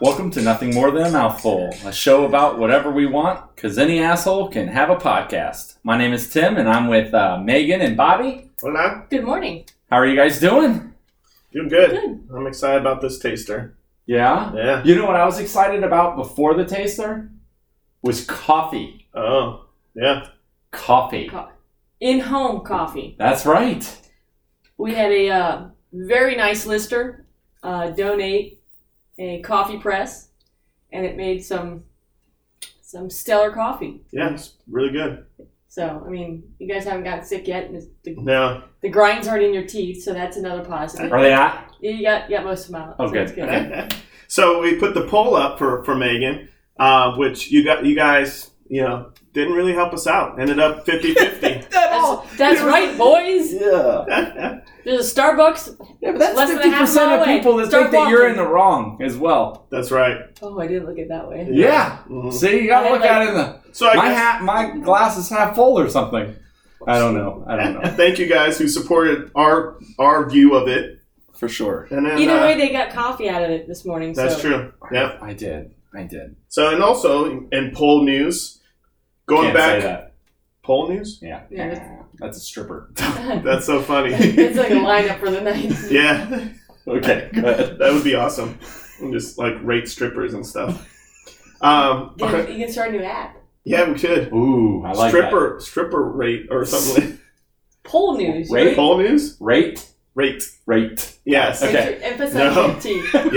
Welcome to Nothing More Than a Mouthful, a show about whatever we want, because any asshole can have a podcast. My name is Tim, and I'm with uh, Megan and Bobby. Hola. Good morning. How are you guys doing? Doing good. Good. I'm excited about this taster. Yeah? Yeah. You know what I was excited about before the taster? Was coffee. Oh. Yeah. Coffee. Co- In home coffee. That's right. We had a uh, very nice lister uh, donate a coffee press, and it made some some stellar coffee. Yeah. It's really good. So I mean, you guys haven't gotten sick yet, and it's- the, Now, the grinds aren't in your teeth, so that's another positive. Are they not? Yeah, You got you got most of them out. Oh, so good. it's good. Okay. so we put the poll up for for Megan, uh, which you got you guys you know didn't really help us out. Ended up 50-50. That's, that's It was- right, boys. Yeah. There's a Starbucks. Yeah, but that's Less than a fifty half percent mile of away. people that Start think that you're in walking. the wrong as well. That's right. Oh, I didn't look at it that way. Yeah. Mhm. See, you gotta I look like- at it in the So I my guess, hat, my glass is half full or something. I don't know. I don't know Thank you guys who supported our our view of it. for sure. And then, Either uh, way, they got coffee out of it this morning. that's so. true. Yeah. I did. I did. So and also in poll news, going Can't back Say that. poll news. Yeah. Yeah, That's a stripper. That's so funny. it's like a lineup for the night. yeah. okay. Good. That would be awesome. And just like rate strippers and stuff. Um, You can, you can start a new app. yeah, we could. Ooh, I like stripper stripper rate or something. Poll news. Rate? Poll news? that. Rate. Rate. Rate. Yes. Okay. Enter- Emphasize No. the T.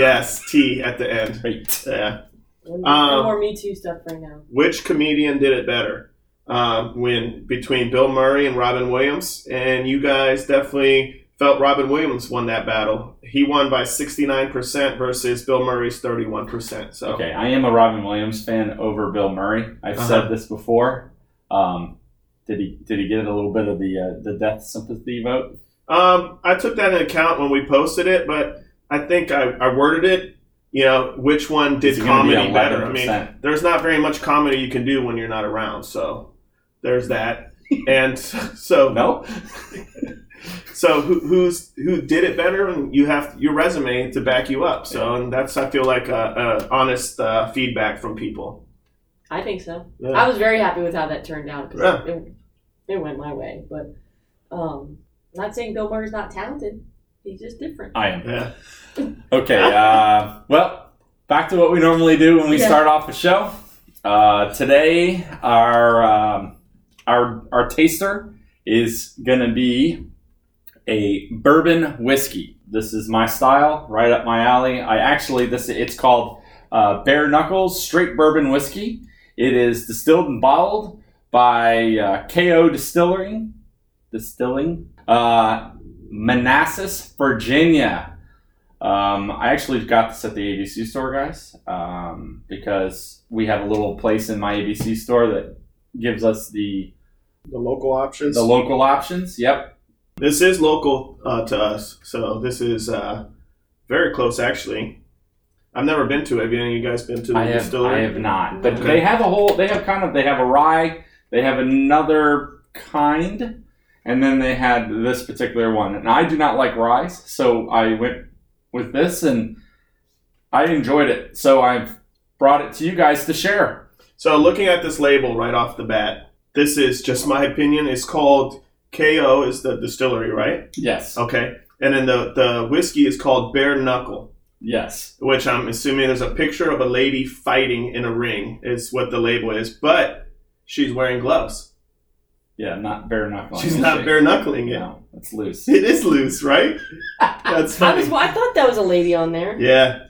yes. T at the end. Rate. Yeah. No Um, more Me Too stuff right now. Which comedian did it better? Um, when between Bill Murray and Robin Williams, and you guys definitely felt Robin Williams won that battle. He won by sixty nine percent versus Bill Murray's thirty one percent. So Okay, I am a Robin Williams fan over Bill Murray. I've Uh-huh. said this before. Um, did he did he get a little bit of the uh, the death sympathy vote? Um, I took that into account when we posted it, but I think I, I worded it. You know, which one did Is it gonna be comedy better? I mean, 11%? there's not very much comedy you can do when you're not around, so there's that. and so, no. so who, who's who did it better? And you have your resume to back you up. So, and that's I feel like a, a honest uh, feedback from people. I think so. I Yeah. was very happy with how that turned out because Yeah. it, it went my way. But um, not saying Bill Murray's not talented. He's just different. I am. Yeah. Okay. Uh, well, back to what we normally do when we Yeah. start off a show. Uh, today, our um, our our taster is gonna be a bourbon whiskey. This is my style, right up my alley. I actually this it's called uh, Bare Knuckles Straight Bourbon Whiskey. It is distilled and bottled by uh, KO Distillery, distilling, uh, Manassas, Virginia. Um, I actually got this at the ABC store, guys, um, because we have a little place in my ABC store that gives us the The local options. the local options. Yep. this is local uh, to us, so this is uh, very close, actually. I've never been to it. Have any of you guys been to the I have, distillery? I have not, but Okay. they have a whole. They have kind of. They have a rye. They have another kind, and then they had this particular one. And I do not like rye, so I went with this, and I enjoyed it. So I've brought it to you guys to share. So, looking at this label right off the bat, this is just my opinion. It's called KO, is the distillery, right? Yes. Okay. And then the, the whiskey is called Bare Knuckle, Yes. which I'm assuming there's a picture of a lady fighting in a ring, is what the label is. But she's wearing gloves. Yeah, not bare knuckling. She's not bare knuckling it. No, it's loose. It is loose, right? That's I was. funny. well, I thought that was a lady on there. Yeah.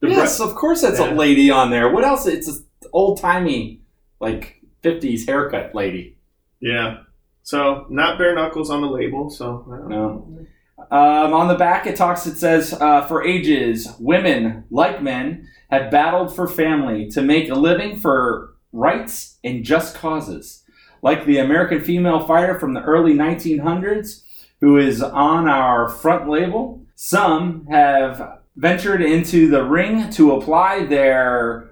The bre- yes, of course that's a Yeah. lady on there. What else? It's an old timey, like fifties haircut lady. Yeah. So not bare knuckles on the label. So I don't know. No. Um, on the back, it talks. It says, uh, "For ages, women, like men, have battled for family to make a living for rights and just causes, like the American female fighter from the early 1900s, who is on our front label. Some have ventured into the ring to apply their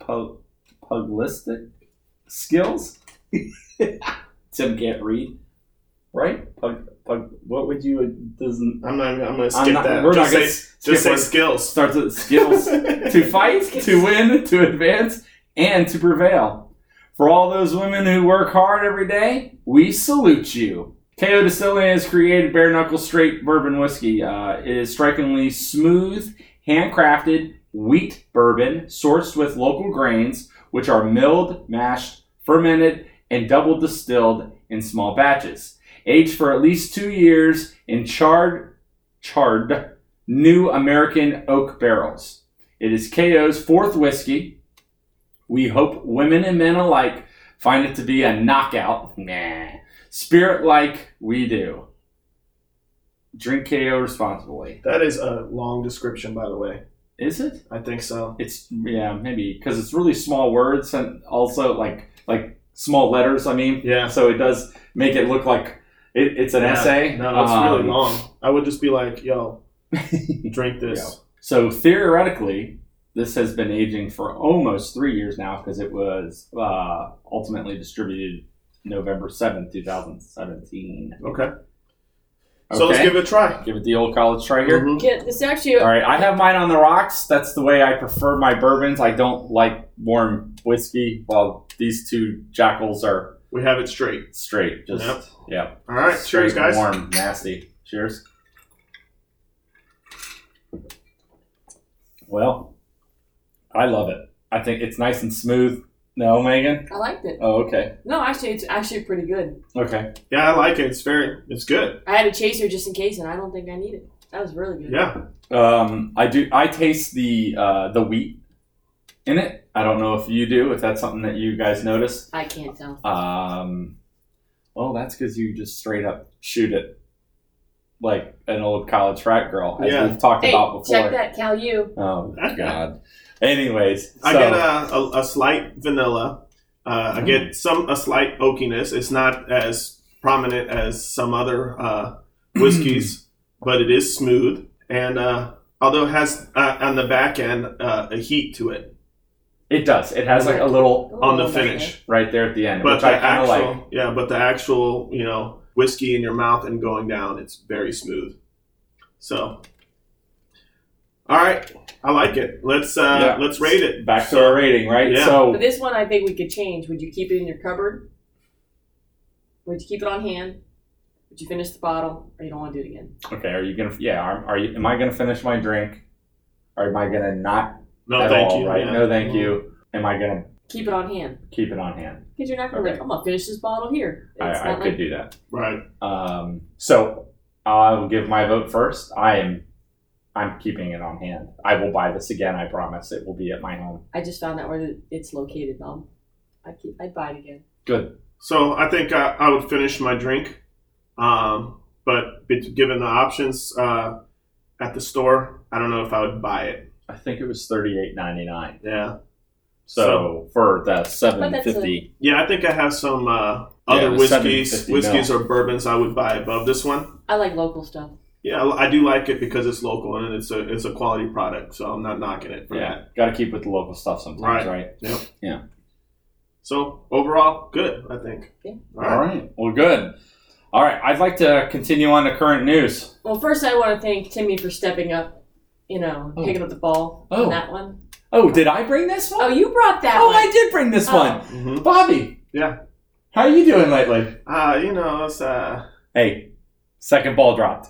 pu- pugilistic skills." Tim can't read. right? Pug, pug, what would you uh, doesn't I'm not. I'm gonna skip I'm not, that. we're just not gonna say, s- skip just say our- skills. start the skills to fight, to win, to advance, and to prevail. For all those women who work hard every day, we salute you. KO Distilling has created Bare Knuckle Straight Bourbon Whiskey. Uh, it is strikingly smooth, handcrafted wheat bourbon sourced with local grains, which are milled, mashed, fermented, and double distilled in small batches. Aged for at least two years in charred, charred new American oak barrels. It is KO's fourth whiskey. We hope women and men alike find it to be a knockout, nah, spirit like we do. Drink KO responsibly. that is a long description, by the way. Is it? I think so. It's yeah, maybe because it's really small words and also like like small letters. I mean, Yeah. so it does make it look like it, it's an Yeah. essay. No, it's really Um, long. I would just be like, yo, drink this. So theoretically, this has been aging for almost three years now because it was uh, ultimately distributed November seventh, two 2017. Okay. So let's give it a try. Give it the old college try here. Mhm. Get this actually All right, I have mine on the rocks. That's the way I prefer my bourbons. I don't like warm whiskey, while these two jackals are We have it straight. straight. Just Yep. yeah, All right. straight, Cheers, guys. warm, nasty. Cheers. Well, I love it. I think it's nice and smooth. No, Megan. I liked it. Oh, okay. No, actually, it's actually pretty good. Okay. Yeah, I like it. It's very. It's good. I had a chaser just in case, and I don't think I need it. That was really good. Yeah. Um, I do. I taste the uh, the wheat in it. I don't know if you do. If that's something that you guys notice. I can't tell. Um, well, that's because you just straight up shoot it like an old college frat girl, as Yeah. we've talked Hey, about before. check that, Cal U. Oh God. Anyways, I so- Mm. get a, a, a slight vanilla. Uh, I get some a slight oakiness. It's not as prominent as some other uh, Mm. whiskeys, but it is smooth. And uh, although it has uh, on the back end uh, a heat to it it does. It has like a little on the finish, right there at the end, but which the I kind actual of like. yeah, but the actual you know whiskey in your mouth and going down, it's very smooth. So, all right, I like it. Let's Yeah. uh, let's rate it. Back to our rating, right? Yeah. So But this one, I think we could change. Would you keep it in your cupboard? Would you keep it on hand? Would you finish the bottle, or you don't want to do it again? okay, are you gonna? Yeah, are, are you? Am I gonna finish my drink? Or am I gonna not No, at thank all, you. right? yeah. Mm-hmm. No, thank you. Am I gonna Keep it on hand keep it on hand? because you're not gonna Okay. like. I'm gonna finish this bottle here. It's I, I not could like do that. Right. Um, so I will give my vote first. I am, I'm keeping it on hand. I will buy this again. I promise. It will be at my home. I just found out where it's located. Um, I keep. I'd buy it again. Good. So I think I, I would finish my drink, um, but be- given the options uh, at the store, I don't know if I would buy it. I think it was thirty eight ninety nine. Yeah, So, for the that's seven a- fifty, yeah. I think I have some uh, other the whiskeys, 750 whiskeys or bourbons I would buy above this one. I like local stuff. Yeah, I I do like it because it's local and it's a it's a quality product, so I'm not knocking it for that. yeah, got to keep with the local stuff sometimes, right? Right. So overall, good. I think. Yeah. All right. Well, good. All right. I'd like to continue on to current news. Well, first I want to thank Timmy for stepping up. You know, Oh. picking up the ball Oh. on that one. Oh, did I bring this Oh, one? you brought that Oh, one. I did bring this Oh. one, hmm Bobby. Yeah. How are you doing lately? Uh, you know, it's uh, Hey, second ball dropped.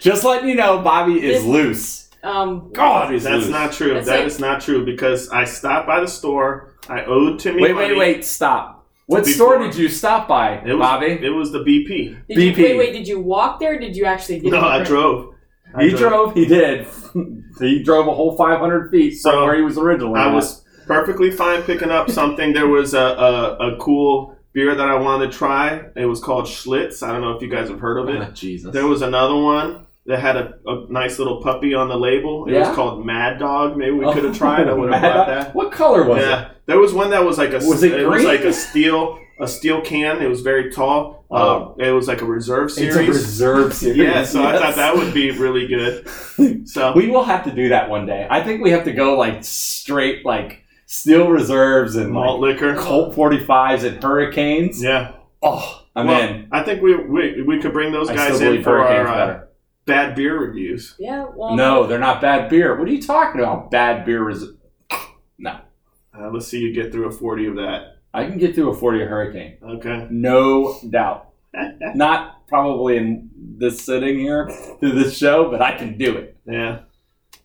Just letting you know, Bobby is This- loose. Um, God, is that's loose. not true. That's That's it. not true because I stopped by the store. I owed Timmy. Wait, money. wait, wait! Stop. What Before- store did you stop by, It was, Bobby? It was the BP. did you, BP. wait, wait, did you walk there? Or did you actually? Did No, you I drove. I he drove. He did. he drove a whole 500 feet from So, where he was originally. I at. was perfectly fine picking up something. there was a, a, a cool beer that I wanted to try. It was called Schlitz. I don't know if you guys have heard of Oh, it. Jesus. There was another one that had a, a nice little puppy on the label. It Yeah? was called Mad Dog. Maybe we Oh, could have tried. I would have Mad Dog. bought that. What color was it? yeah, there was one that was like a Was it was green? like a steel a steel can. It was very tall. Oh. Uh, it was like a reserve series. It's a reserve series. yeah, so I thought Yes. that would be really good. So We will have to do that one day. I think we have to go like straight like steel reserves and malt like liquor. Colt 45s and Hurricanes. Yeah, Oh, I'm Well, in. I think we, we we could bring those I guys still in believe for our Hurricane's uh, better. bad beer reviews. Yeah, well, No, they're not bad beer. What are you talking about? Bad beer is. Uh, let's see you get through a forty of that. I can get through a 40 hurricane. Okay. No doubt. not probably in this sitting here through this show, but I can do it. Yeah.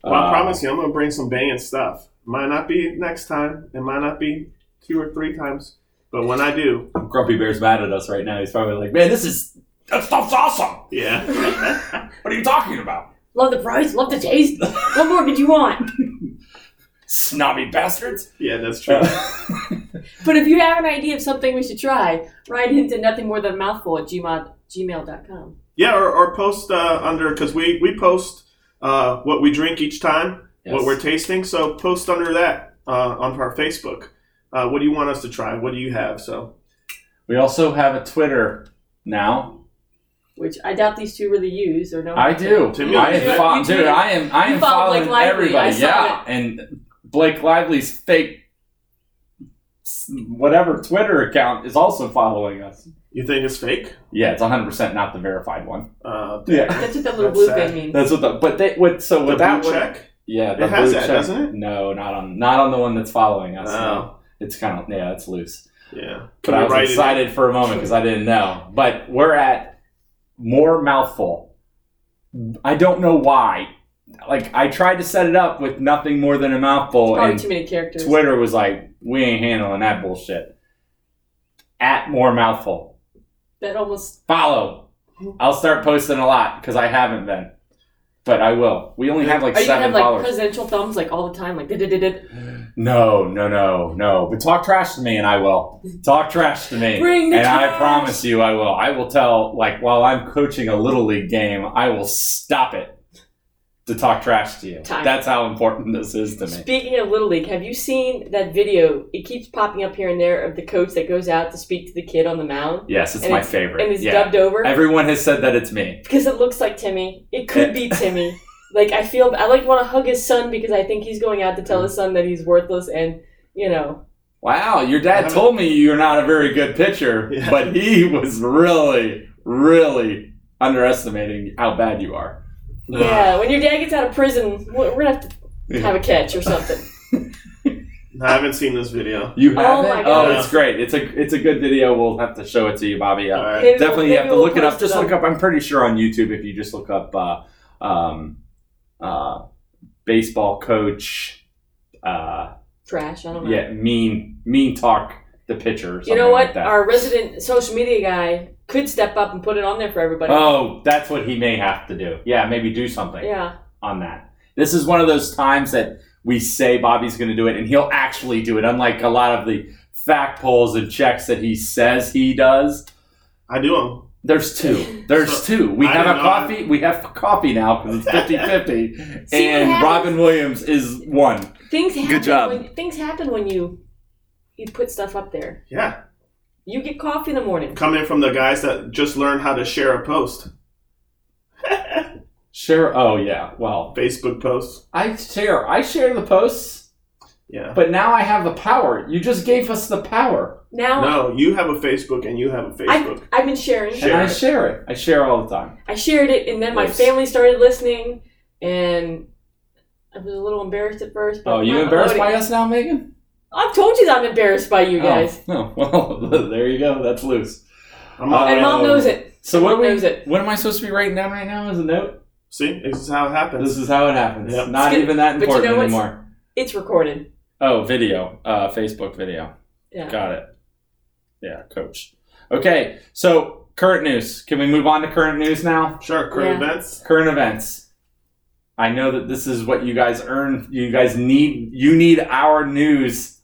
Well, I Uh, promise you, I'm gonna bring some banging stuff. Might not be next time. It might not be two or three times. But when I do, Grumpy Bear's mad at us right now. He's probably like, man, this is. That stuff's awesome. yeah. What are you talking about? love the price, love the taste. what more could you want? Snobby bastards. yeah, that's true. Uh, But if you have an idea of something we should try, write into nothing more than mouthful at gmail, gmail.com. Yeah, or, or post uh, under because we we post uh, what we drink each time, yes. what we're tasting. So post under that uh, on our Facebook. Uh, what do you want us to try? What do you have? So We also have a Twitter now. Which I doubt these two really use or know. I do. To me, I you am do. fo- You dude, do. I am I You am follow following Blake Lively. I everybody. saw Yeah. And Blake Lively's fake s- whatever Twitter account is also following us. you think it's fake? Yeah, it's 100% not the verified one. Uh, Yeah. That's what that little That's blue sad. thing means. That's what the but they what so the what that blue one check. Yeah, the It has blue that, check- doesn't it? No, not on not on the one that's following us. No. Oh, It's kind of yeah, it's loose. yeah. But Can I we was write it in? excited for a moment because I didn't know. But we're at more mouthful. I don't know why. Like I tried to set it up with nothing more than a mouthful, Probably and too many characters. Twitter was like, "We ain't handling that bullshit." At more mouthful, That almost. follow. I'll start posting a lot because I haven't been, but I will. We only have like Are Oh, you gonna seven have like followers. presidential thumbs like all the time? Like, da-da-da-da. No, no, no, no. But talk trash to me and I will. Talk trash to me. Bring the and I trash. promise you I will. I will tell, like, while I'm coaching a Little League game, I will stop it to talk trash to you. Time. That's how important this is to me. Speaking of Little League, have you seen that video? It keeps popping up here and there of the coach that goes out to speak to the kid on the mound Yes, it's And my it's- favorite. and is yeah. dubbed over Everyone has said that it's me. because it looks like Timmy. It could be Timmy. Like I feel, I like want to hug his son because I think he's going out to tell his son that he's worthless and you know. Wow, your I dad haven't- told me you're not a very good pitcher, Yeah. but he was really, really underestimating how bad you are. Yeah, when your dad gets out of prison, we're we're gonna have to have a catch or something. I haven't seen this video. You Oh haven't? my God. it's great. It's a it's a good video. We'll have to show it to you, Bobby. Uh, All right. Maybe we'll- definitely you maybe have to we'll look it up. post Just on- look up. I'm pretty sure on YouTube if you just look up uh, um, uh, baseball coach. Uh, trash. I don't know. yeah, mean mean talk the pitcher. Or You something know like what? that. Our resident social media guy could step up and put it on there for everybody. oh, that's what he may have to do. Yeah, maybe do something yeah. on that. This is one of those times that we say Bobby's going to do it, and he'll actually do it. Unlike a lot of the fact polls and checks that he says he does. I do them. There's two. There's two. We I have a didn't know coffee. We have coffee now because it's 50 50. See what And happens? Robin Williams is one. Things happen job. When, things happen when you you put stuff up there. Yeah, You get coffee in the morning. coming from the guys that just learned how to share a post, Share. Oh, yeah. Well, Facebook post. I share. I share the posts, Yeah. but now I have the power. You just gave us the power. Now No, you have a Facebook and you have a Oh. I Facebook. I've been sharing. Share and I it. share it. I share all the time. I shared it, and then my Yes. family started listening, and I was a little embarrassed at first. But Oh, you I embarrassed uploaded- by us now, Megan? I've told you that I'm embarrassed by you Oh, guys, No. Well, there you go. That's loose. I'm all, and mom Oh. knows it. So what are we? Knows it. What am I supposed to be writing down right now as a note? see, this is how it happens. This is how it happens. Yep. Not Skip- even that but you important know what's- anymore. It's recorded. Oh, video, uh, Facebook video. Yeah. Got it. Yeah, coach. Okay, so current news. Can we move on to current news now? Sure, current Yeah. events. Current events. I know that this is what you guys earn. You guys need. You need our news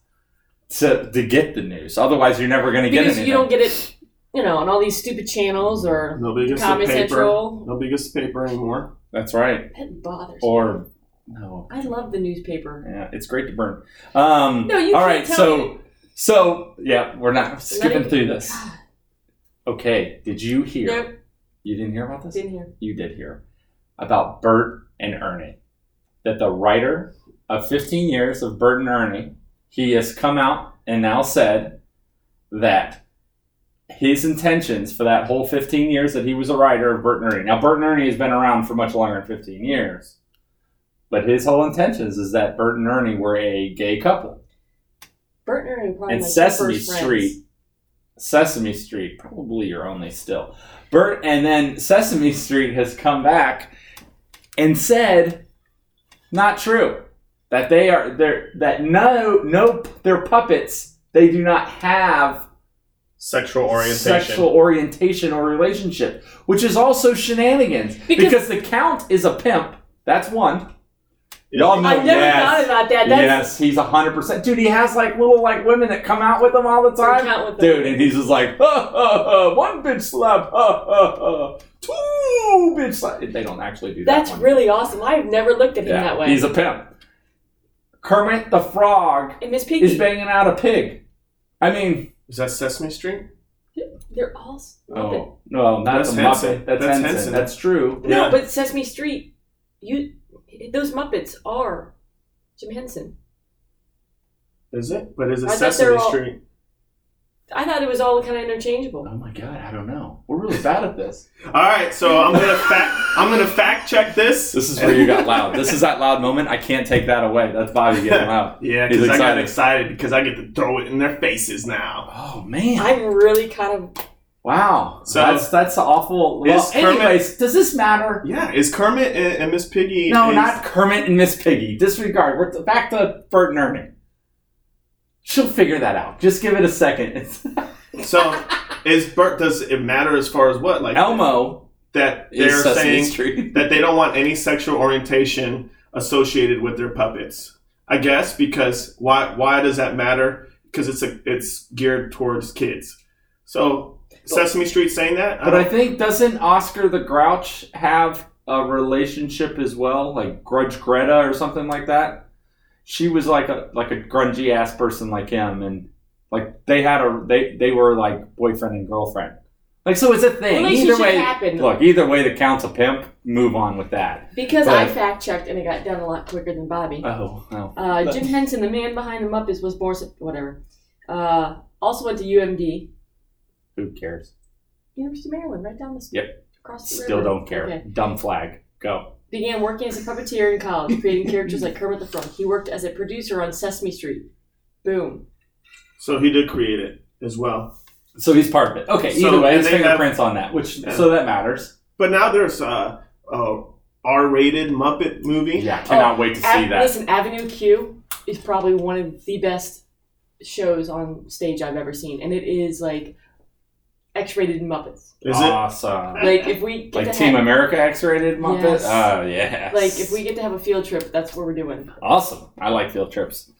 to to get the news. Otherwise, you're never going to get because anything. you don't get it, you know, on all these stupid channels or Nobody gets the Comedy paper. Central. Nobody gets the paper anymore. That's right. That bothers. me. Or no. I love the newspaper. Yeah, it's great to burn. Um, No, you all can't right, tell so so yeah, we're not skipping even- through this. Okay, did you hear? Nope, You didn't hear about this? it's in here. you did hear about Bert and Ernie. That the writer of 15 years of Bert and Ernie, he has come out and now said that his intentions for that whole 15 years that he was a writer of Bert and Ernie. Now, Bert and Ernie has been around for much longer than 15 years, but his whole intentions is that Bert and Ernie were a gay couple. Bert and Ernie probably and like Sesame first friends. Street, Sesame Street, probably your only still. Bert, and then Sesame Street has come back and said, not true. That they are they're that no no they're puppets. They do not have Sexual orientation. sexual orientation or relationship, which is also shenanigans. Because, Because- the count is a pimp. That's one. Y'all I never Yes. thought about that. That's yes, he's hundred percent. Dude, he has like little like women that come out with him all the Don't time. count with them. Dude, and he's just like, ha, ha, ha, one bitch slap, ha, ha, ha, two bitch slap. They don't actually do That's that. one. really awesome. I've never looked at him Yeah, that way. He's a pimp. Kermit the Frog and Miss is Piggy, banging out a pig. I mean, Is that Sesame Street? they're all. s- Muppet. Oh no, not That's the Henson. Muppet. That's, That's Henson. Henson. That's true. No, Yeah. but Sesame Street, you those Muppets are Jim Henson. Is it? But is it I thought they Sesame were all- Street? I thought it was all kind of interchangeable. Oh my god, I don't know. We're really bad at this. All right, so I'm gonna fact. I'm gonna fact check this. This is where you got loud. This is that loud moment. I can't take that away. That's Bobby getting loud. Yeah, He's because I got excited. excited because I get to throw it in their faces now. Oh man. I'm really kind of. Wow. So- that's that's awful. Well, Is Kermit- anyways, does this matter? Yeah, is Kermit and, and Miss Piggy? No, is- not Kermit and Miss Piggy. Disregard. We're t- back to Bert and Ernie. She'll figure that out. Just give it a second. So, is Bert? Does it matter as far as what? Like Elmo that is they're Sesame saying Street. that they don't want any sexual orientation associated with their puppets. I guess because why? Why does that matter? Because it's a it's geared towards kids. So Sesame Street saying that, But I think doesn't Oscar the Grouch have a relationship as well, like Grudge Greta or something like that? She was like a like a grungy ass person like him, and like they had a they they were like boyfriend and girlfriend. Like so, it's a thing. Either Relationship way, happened look, either way, the count's a pimp. Move on with that. because but- I fact checked and it got done a lot quicker than Bobby. Oh, oh. Uh, but- Jim Henson, the man behind the Muppets, was born Sep- whatever. Uh, also went to UMD, who cares? University of Maryland, right down the street. Across the Still river. don't care. Okay. Dumb flag. Go. Began working as a puppeteer in college, creating characters like Kermit the Frog. He worked as a producer on Sesame Street. Boom. so he did create it as well. So he's part of it. Okay. So- either way, and his they have- fingerprints on that, which Yeah. so that matters. But now there's a, a R-rated Muppet movie. Yeah, cannot wait to see Av- that. Listen, Avenue Q is probably one of the best shows on stage I've ever seen, and it is like X-rated Muppets. Is it? awesome. Like if we get Uh, Like to Team have, America X-rated Muppet. Yes. Oh yeah. like if we get to have a field trip, that's what we're doing. awesome. I like field trips.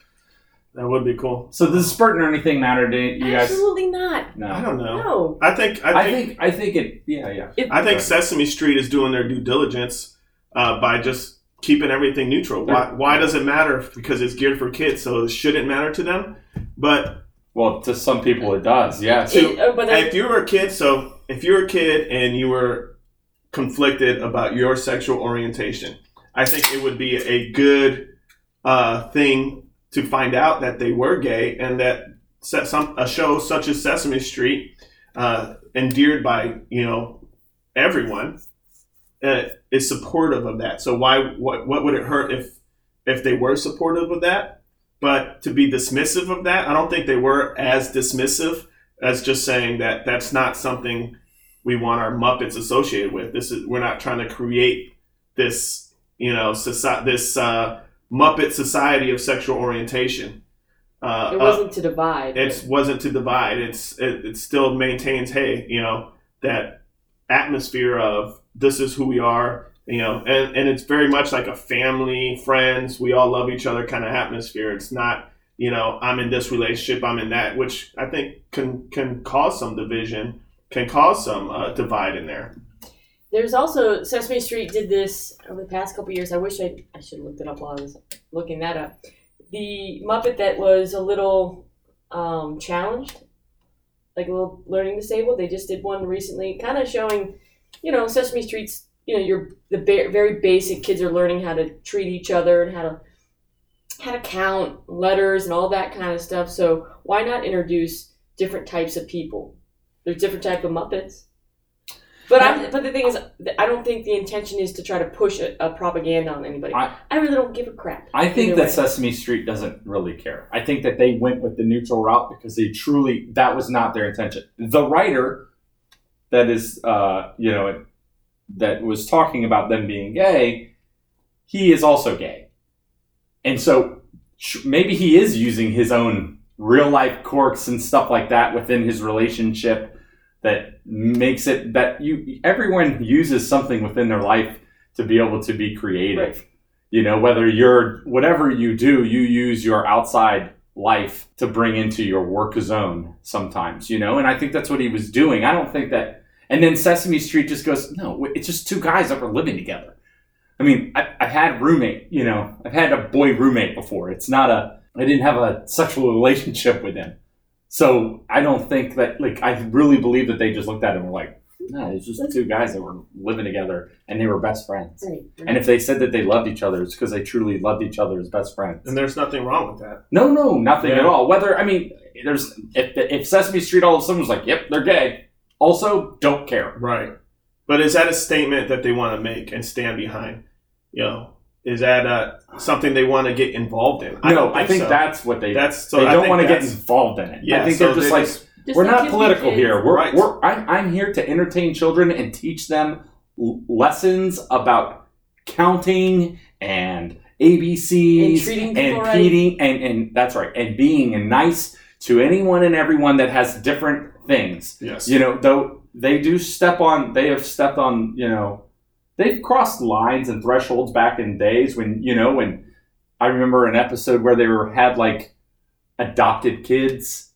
That would be cool. So does Spurtin or anything matter to you guys? Absolutely not. No. I don't know. No. I think I I think think I think it. Yeah, yeah. I think Sesame Street is doing their due diligence uh, by just keeping everything neutral. Why, why does it matter? Because it's geared for kids, so it shouldn't matter to them. But Well, to some people it does. Yes. to- It- uh, but that- if you were a kid, so if you're a kid and you were conflicted about your sexual orientation, I think it would be a good uh, thing to find out that they were gay and that se- some a show such as Sesame Street, uh, endeared by you know everyone, uh, is supportive of that. So why what what would it hurt if if they were supportive of that? But to be dismissive of that, I don't think they were as dismissive as just saying that that's not something we want our Muppets associated with. This is we're not trying to create this you know society this uh, Muppet society of sexual orientation. Uh, it uh, wasn't to divide. it wasn't to divide. It's it, it still maintains, hey, you know, that atmosphere of this is who we are, you know, and and it's very much like a family, friends, we all love each other kind of atmosphere. It's not, you know, I'm in this relationship, I'm in that, which I think can can cause some division, can cause some uh, divide in there. There's also Sesame Street did this over the past couple years. I wish I I should have looked it up while I was looking that up. The Muppet that was a little um, challenged, like a little learning disabled. They just did one recently, kind of showing, you know, Sesame Street's you know your the ba- very basic kids are learning how to treat each other and how to how to count letters and all that kind of stuff. So why not introduce different types of people? There's different type of Muppets. But I but the thing is, that I don't think the intention is to try to push a, a propaganda on anybody. I- I, really don't give a crap. I think Either that way. Sesame Street doesn't really care. I think that they went with the neutral route because they truly that was not their intention. The writer that is uh, you know that was talking about them being gay, he is also gay. And so sh- maybe he is using his own real life quirks and stuff like that within his relationship that makes it that you everyone uses something within their life to be able to be creative. You know, whether you're whatever you do, you use your outside life to bring into your work zone sometimes, you know, and I think that's what he was doing. I don't think that and then Sesame Street just goes, no, it's just two guys that were living together. I mean, I, I've had roommate, you know, I've had a boy roommate before. It's not a, I didn't have a sexual relationship with him. So I don't think that, like, I really believe that they just looked at it and were like, no, it's just two guys that were living together and they were best friends. Right, right. And if they said that they loved each other, it's because they truly loved each other as best friends. And there's nothing wrong with that. No, no, nothing at Yeah. all. Whether I mean, there's if, if Sesame Street all of a sudden was like, "Yep, they're gay," also don't care. Right. But is that a statement that they want to make and stand behind? You know, is that uh, something they want to get involved in? no, I think so. that's what they. that's so. they I don't think want to get that's- involved in it. Yeah, I think so they're just they like just- Just we're let not kids be political kids. here. We're, Right. we're I'm, I'm here to entertain children and teach them l- lessons about counting and ABCs And treating people right. feeding and and that's right and being nice to anyone and everyone that has different things. yes. You know, though they do step on, they have stepped on, you know, they've crossed lines and thresholds back in days when, you know, when I remember an episode where they were had like adopted kids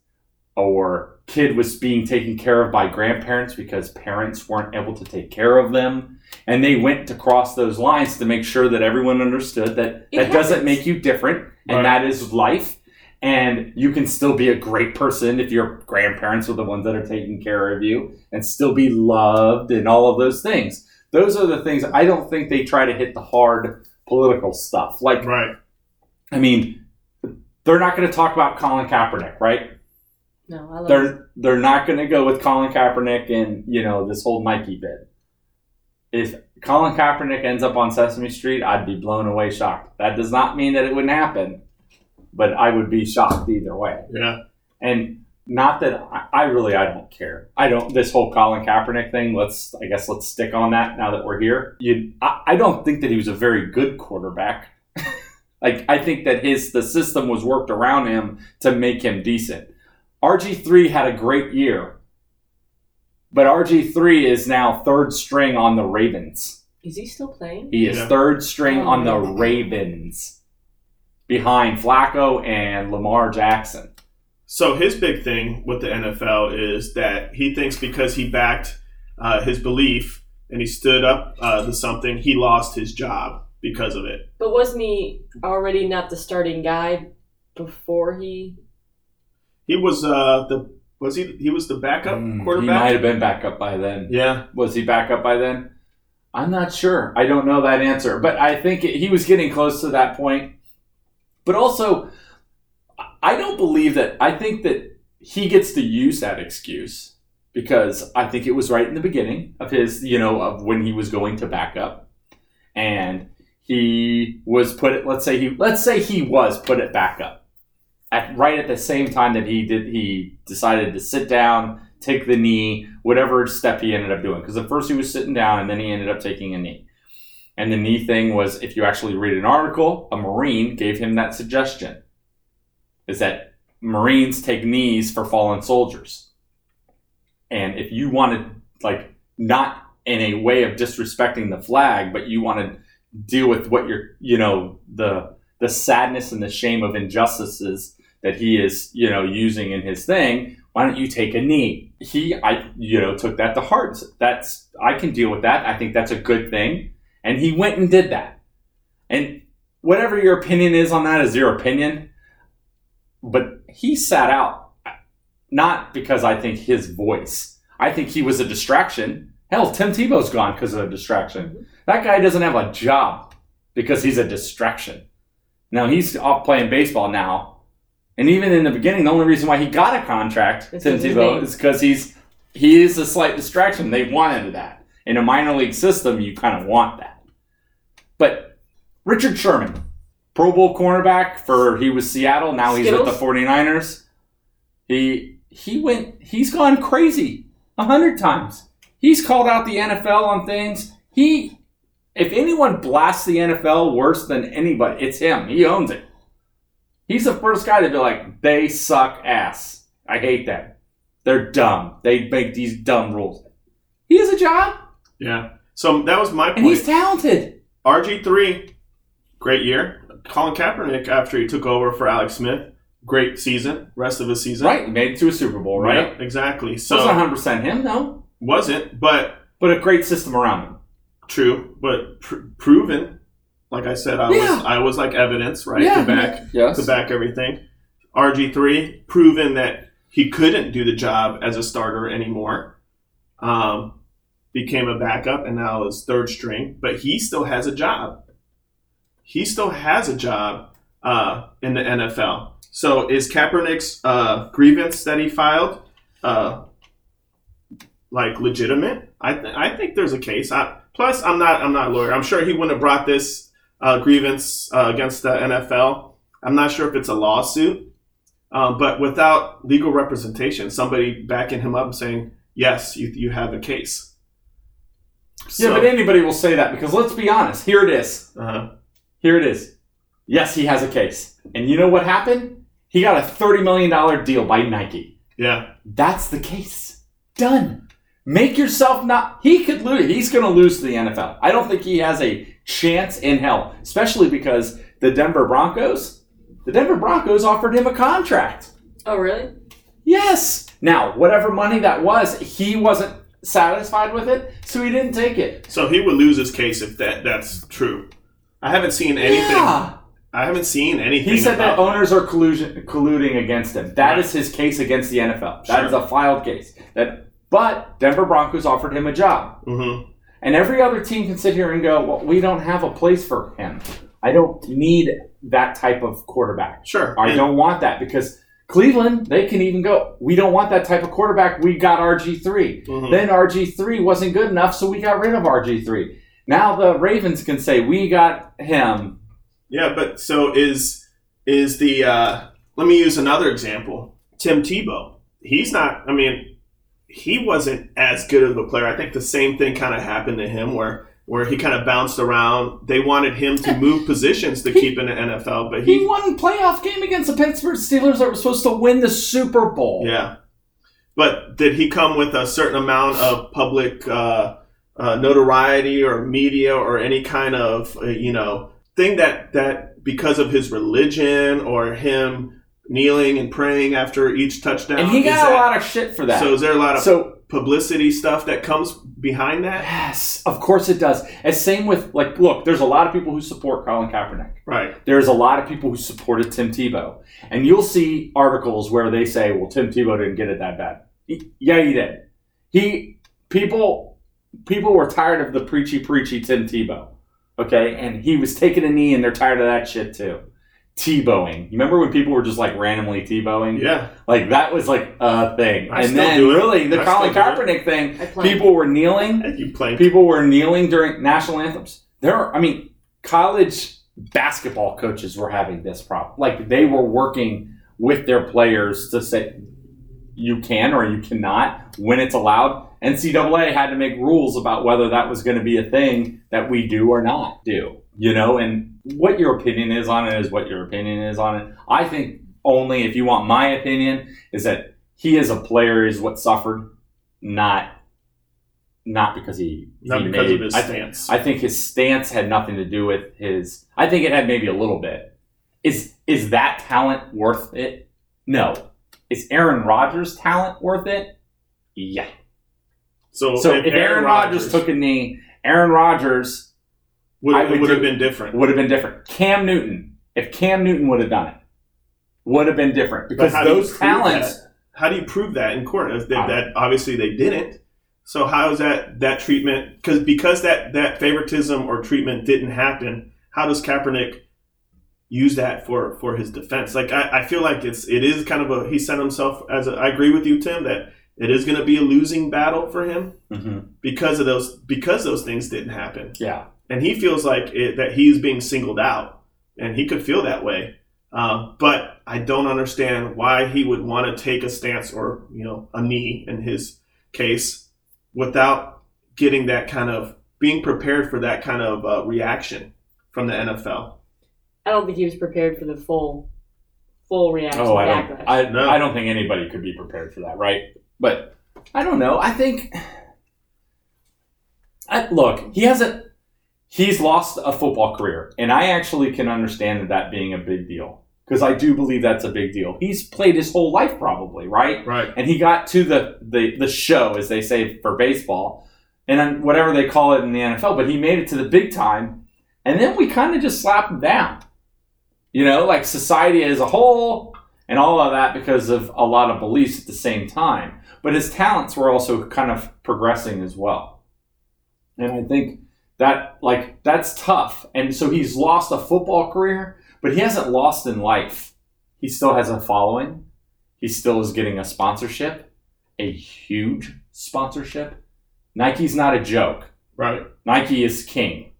or kid was being taken care of by grandparents because parents weren't able to take care of them and they went to cross those lines to make sure that everyone understood that It that doesn't happens. make you different and Right. that is life and you can still be a great person if your grandparents are the ones that are taking care of you and still be loved and all of those things those are the things i don't think they try to hit the hard political stuff like Right. i mean they're not going to talk about colin kaepernick right No, I love it. they're they're not going to go with colin kaepernick and you know this whole nike bid if colin kaepernick ends up on sesame street i'd be blown away shocked that does not mean that it wouldn't happen but i would be shocked either way Yeah. and not that I, I really I don't care. I don't this whole Colin Kaepernick thing. Let's I guess let's stick on that now that we're here. You, I, I don't think that he was a very good quarterback. like I think that his the system was worked around him to make him decent. RG three had a great year, but RG three is now third string on the Ravens. Is he still playing? He is Yeah. third string Oh, on the yeah. Ravens, behind Flacco and Lamar Jackson. So his big thing with the NFL is that he thinks because he backed uh, his belief and he stood up uh, to something, he lost his job because of it. But wasn't he already not the starting guy before he? He was uh, the was he he was the backup Mm, He might quarterback. have been back up by then. Yeah. Was he back up by then? I'm not sure. I don't know that answer, but I think it- he was getting close to that point. But also, I- I don't believe that. I think that he gets to use that excuse because I think it was right in the beginning of his, you know, of when he was going to back up, and he was put. It, let's say he. Let's say he was put it back up at right at the same time that he did. He decided to sit down take the knee, whatever step he ended up doing. Because at first he was sitting down and then he ended up taking a knee. And the knee thing was if you actually read an article, a Marine gave him that suggestion is that Marines take knees for fallen soldiers. And if you wanted, like, not in a way of disrespecting the flag, but you want to deal with what you're, you know, the the sadness and the shame of injustices that he is, you know, using in his thing, why don't you take a knee? He, I, you know, took that to heart. and said, That's I can deal with that. I think that's a good thing. And he went and did that. And whatever your opinion is on that is your opinion. But he sat out, not because I think his voice. I think he was a distraction. Hell, Tim Tebow's gone because of a distraction. That guy doesn't have a job because he's a distraction. Now he's off playing baseball now. And even in the beginning, the only reason why he got a contract, It's Tim his Tebow, name. is because he's He is a slight distraction. They wanted that. In a minor league system, you kind of want that. But Richard Sherman, Pro Bowl cornerback for he was Seattle, now he's with Skittles? the 49ers. He he went he's gone crazy a hundred times. He's called out the NFL on things. He if anyone blasts the NFL worse than anybody, it's him. He owns it. He's the first guy to be like, they suck ass. I hate them. They're dumb. They make these dumb rules. He has a job Yeah. So that was my and he's point. talented. RG three, great year. Colin Kaepernick after he took over for Alex Smith, great season. Rest of his season. Right, he made it to a Super Bowl, right? Yeah, exactly. So it's So 100 percent him, though. wasn't, but But a great system around him. true, but pr- proven. Like I said, I Yeah. was I was like evidence, right? Yeah. To back Yes. to back everything. RG three proven that he couldn't do the job as a starter anymore. Um, became a backup and now is third string, but he still has a job. He still has a job uh, in the NFL. So is Kaepernick's uh, grievance that he filed uh, like legitimate? I th- I think there's a case. I, plus, I'm not I'm not a lawyer. I'm sure he wouldn't have brought this uh, grievance uh, against the NFL. I'm not sure if it's a lawsuit, um, but without legal representation, somebody backing him up and saying, "Yes, you, you have a case." Yeah, but anybody will say that because let's be honest. Here it is. uh Here it is. Yes, he has a case. And you know what happened? He got a $30 million deal by Nike. yeah, That's the case. Done. Make yourself not. He could lose. He's going to lose to the NFL. I don't think he has a chance in hell, especially because the Denver Broncos, the Denver Broncos offered him a contract. Oh, really? Yes. Now, whatever money that was, he wasn't satisfied with it, so he didn't take it. so he would lose his case if that that's true. I haven't seen anything. Yeah. I haven't seen anything. He said that about owners are collusion, colluding against him. That Right. is his case against the NFL. That Sure. is a filed case. That, but Denver Broncos offered him a job, Mhm. and every other team can sit here and go, "Well, we don't have a place for him. I don't need that type of quarterback. Sure. I And- don't want that because." Cleveland, they can even go. We don't want that type of quarterback. We got RG3. mhm. Then RG3 wasn't good enough, so we got rid of RG3. Now the Ravens can say, We got him. Yeah, but so is is the uh, let me use another example. Tim Tebow. He's not. I mean, he wasn't as good of a player. I think the same thing kind of happened to him where where he kind of bounced around. They wanted him to move positions to keep in the NFL, but He he won a playoff game against the Pittsburgh Steelers that were supposed to win the Super Bowl. yeah. But did he come with a certain amount of public uh, uh, notoriety or media or any kind of uh, you know thing that that because of his religion or him kneeling and praying after each touchdown? And he is got a that- lot of shit for that. So is there a lot of So, publicity stuff that comes behind that? yes, of course it does. And same with like look, there's a lot of people who support Colin Kaepernick. Right. There's a lot of people who supported Tim Tebow. And you'll see articles where they say, well, Tim Tebow didn't get it that bad. He- yeah, he did. He people people were tired of the preachy preachy Tim Tebow. Okay? And he was taking a knee and they're tired of that shit too. Tebowing. You remember when people were just like randomly Tebowing? Yeah. Like that was like a thing. I and still then do it. really the I Colin still do Kaepernick thing, I play. people were kneeling You playing people were kneeling during national anthems. There are, I mean, college basketball coaches were having this problem. Like they were working with their players to say you can or you cannot when it's allowed. NCAA had to make rules about whether that was going to be a thing that we do or not do. You know, and what your opinion is on it is what your opinion is on it. I think only if you want my opinion is that he as a player is what suffered, not not because he not he because made- of his I, stance. I think his stance had nothing to do with his. I think it had maybe a little bit. Is is that talent worth it? No. Is Aaron Rodgers' talent worth it? Yeah. so, So if, Aaron Rodgers took a knee, Aaron Rodgers would, I it would would have do- been different. would have been different. Cam Newton, if Cam Newton would have done it, would have been different because how do you those prove talents. that? How do you prove that in court? If they- I- that obviously they didn't. So how is that that treatment? Because because that that favoritism or treatment didn't happen. How does Kaepernick use that for for his defense? Like I, I feel like it's it is kind of a he set himself as a, I agree with you Tim that It is going to be a losing battle for him hmm because of those because those things didn't happen, Yeah. and he feels like it, that he's being singled out, and he could feel that way. Um, but I don't understand why he would want to take a stance or you know a knee in his case without getting that kind of being prepared for that kind of uh, reaction from the NFL. I don't think he was prepared for the full, full reaction. Oh, I backlash. don't. I, No. I don't think anybody could be prepared for that, right? But I don't know. I think. I, look, he hasn't. He's lost a football career, and I actually can understand that being a big deal because I do believe that's a big deal. He's played his whole life, probably, right? Right. and he got to the, the the show as they say for baseball and then whatever they call it in the NFL but he made it to the big time and then we kind of just slapped him down you know like society as a whole and all of that because of a lot of beliefs at the same time but his talents were also kind of progressing as well and I think that like that's tough and so he's lost a football career but he hasn't lost in life he still has a following he still is getting a sponsorship, a huge sponsorship. Nike's not a joke. Right. Nike is king.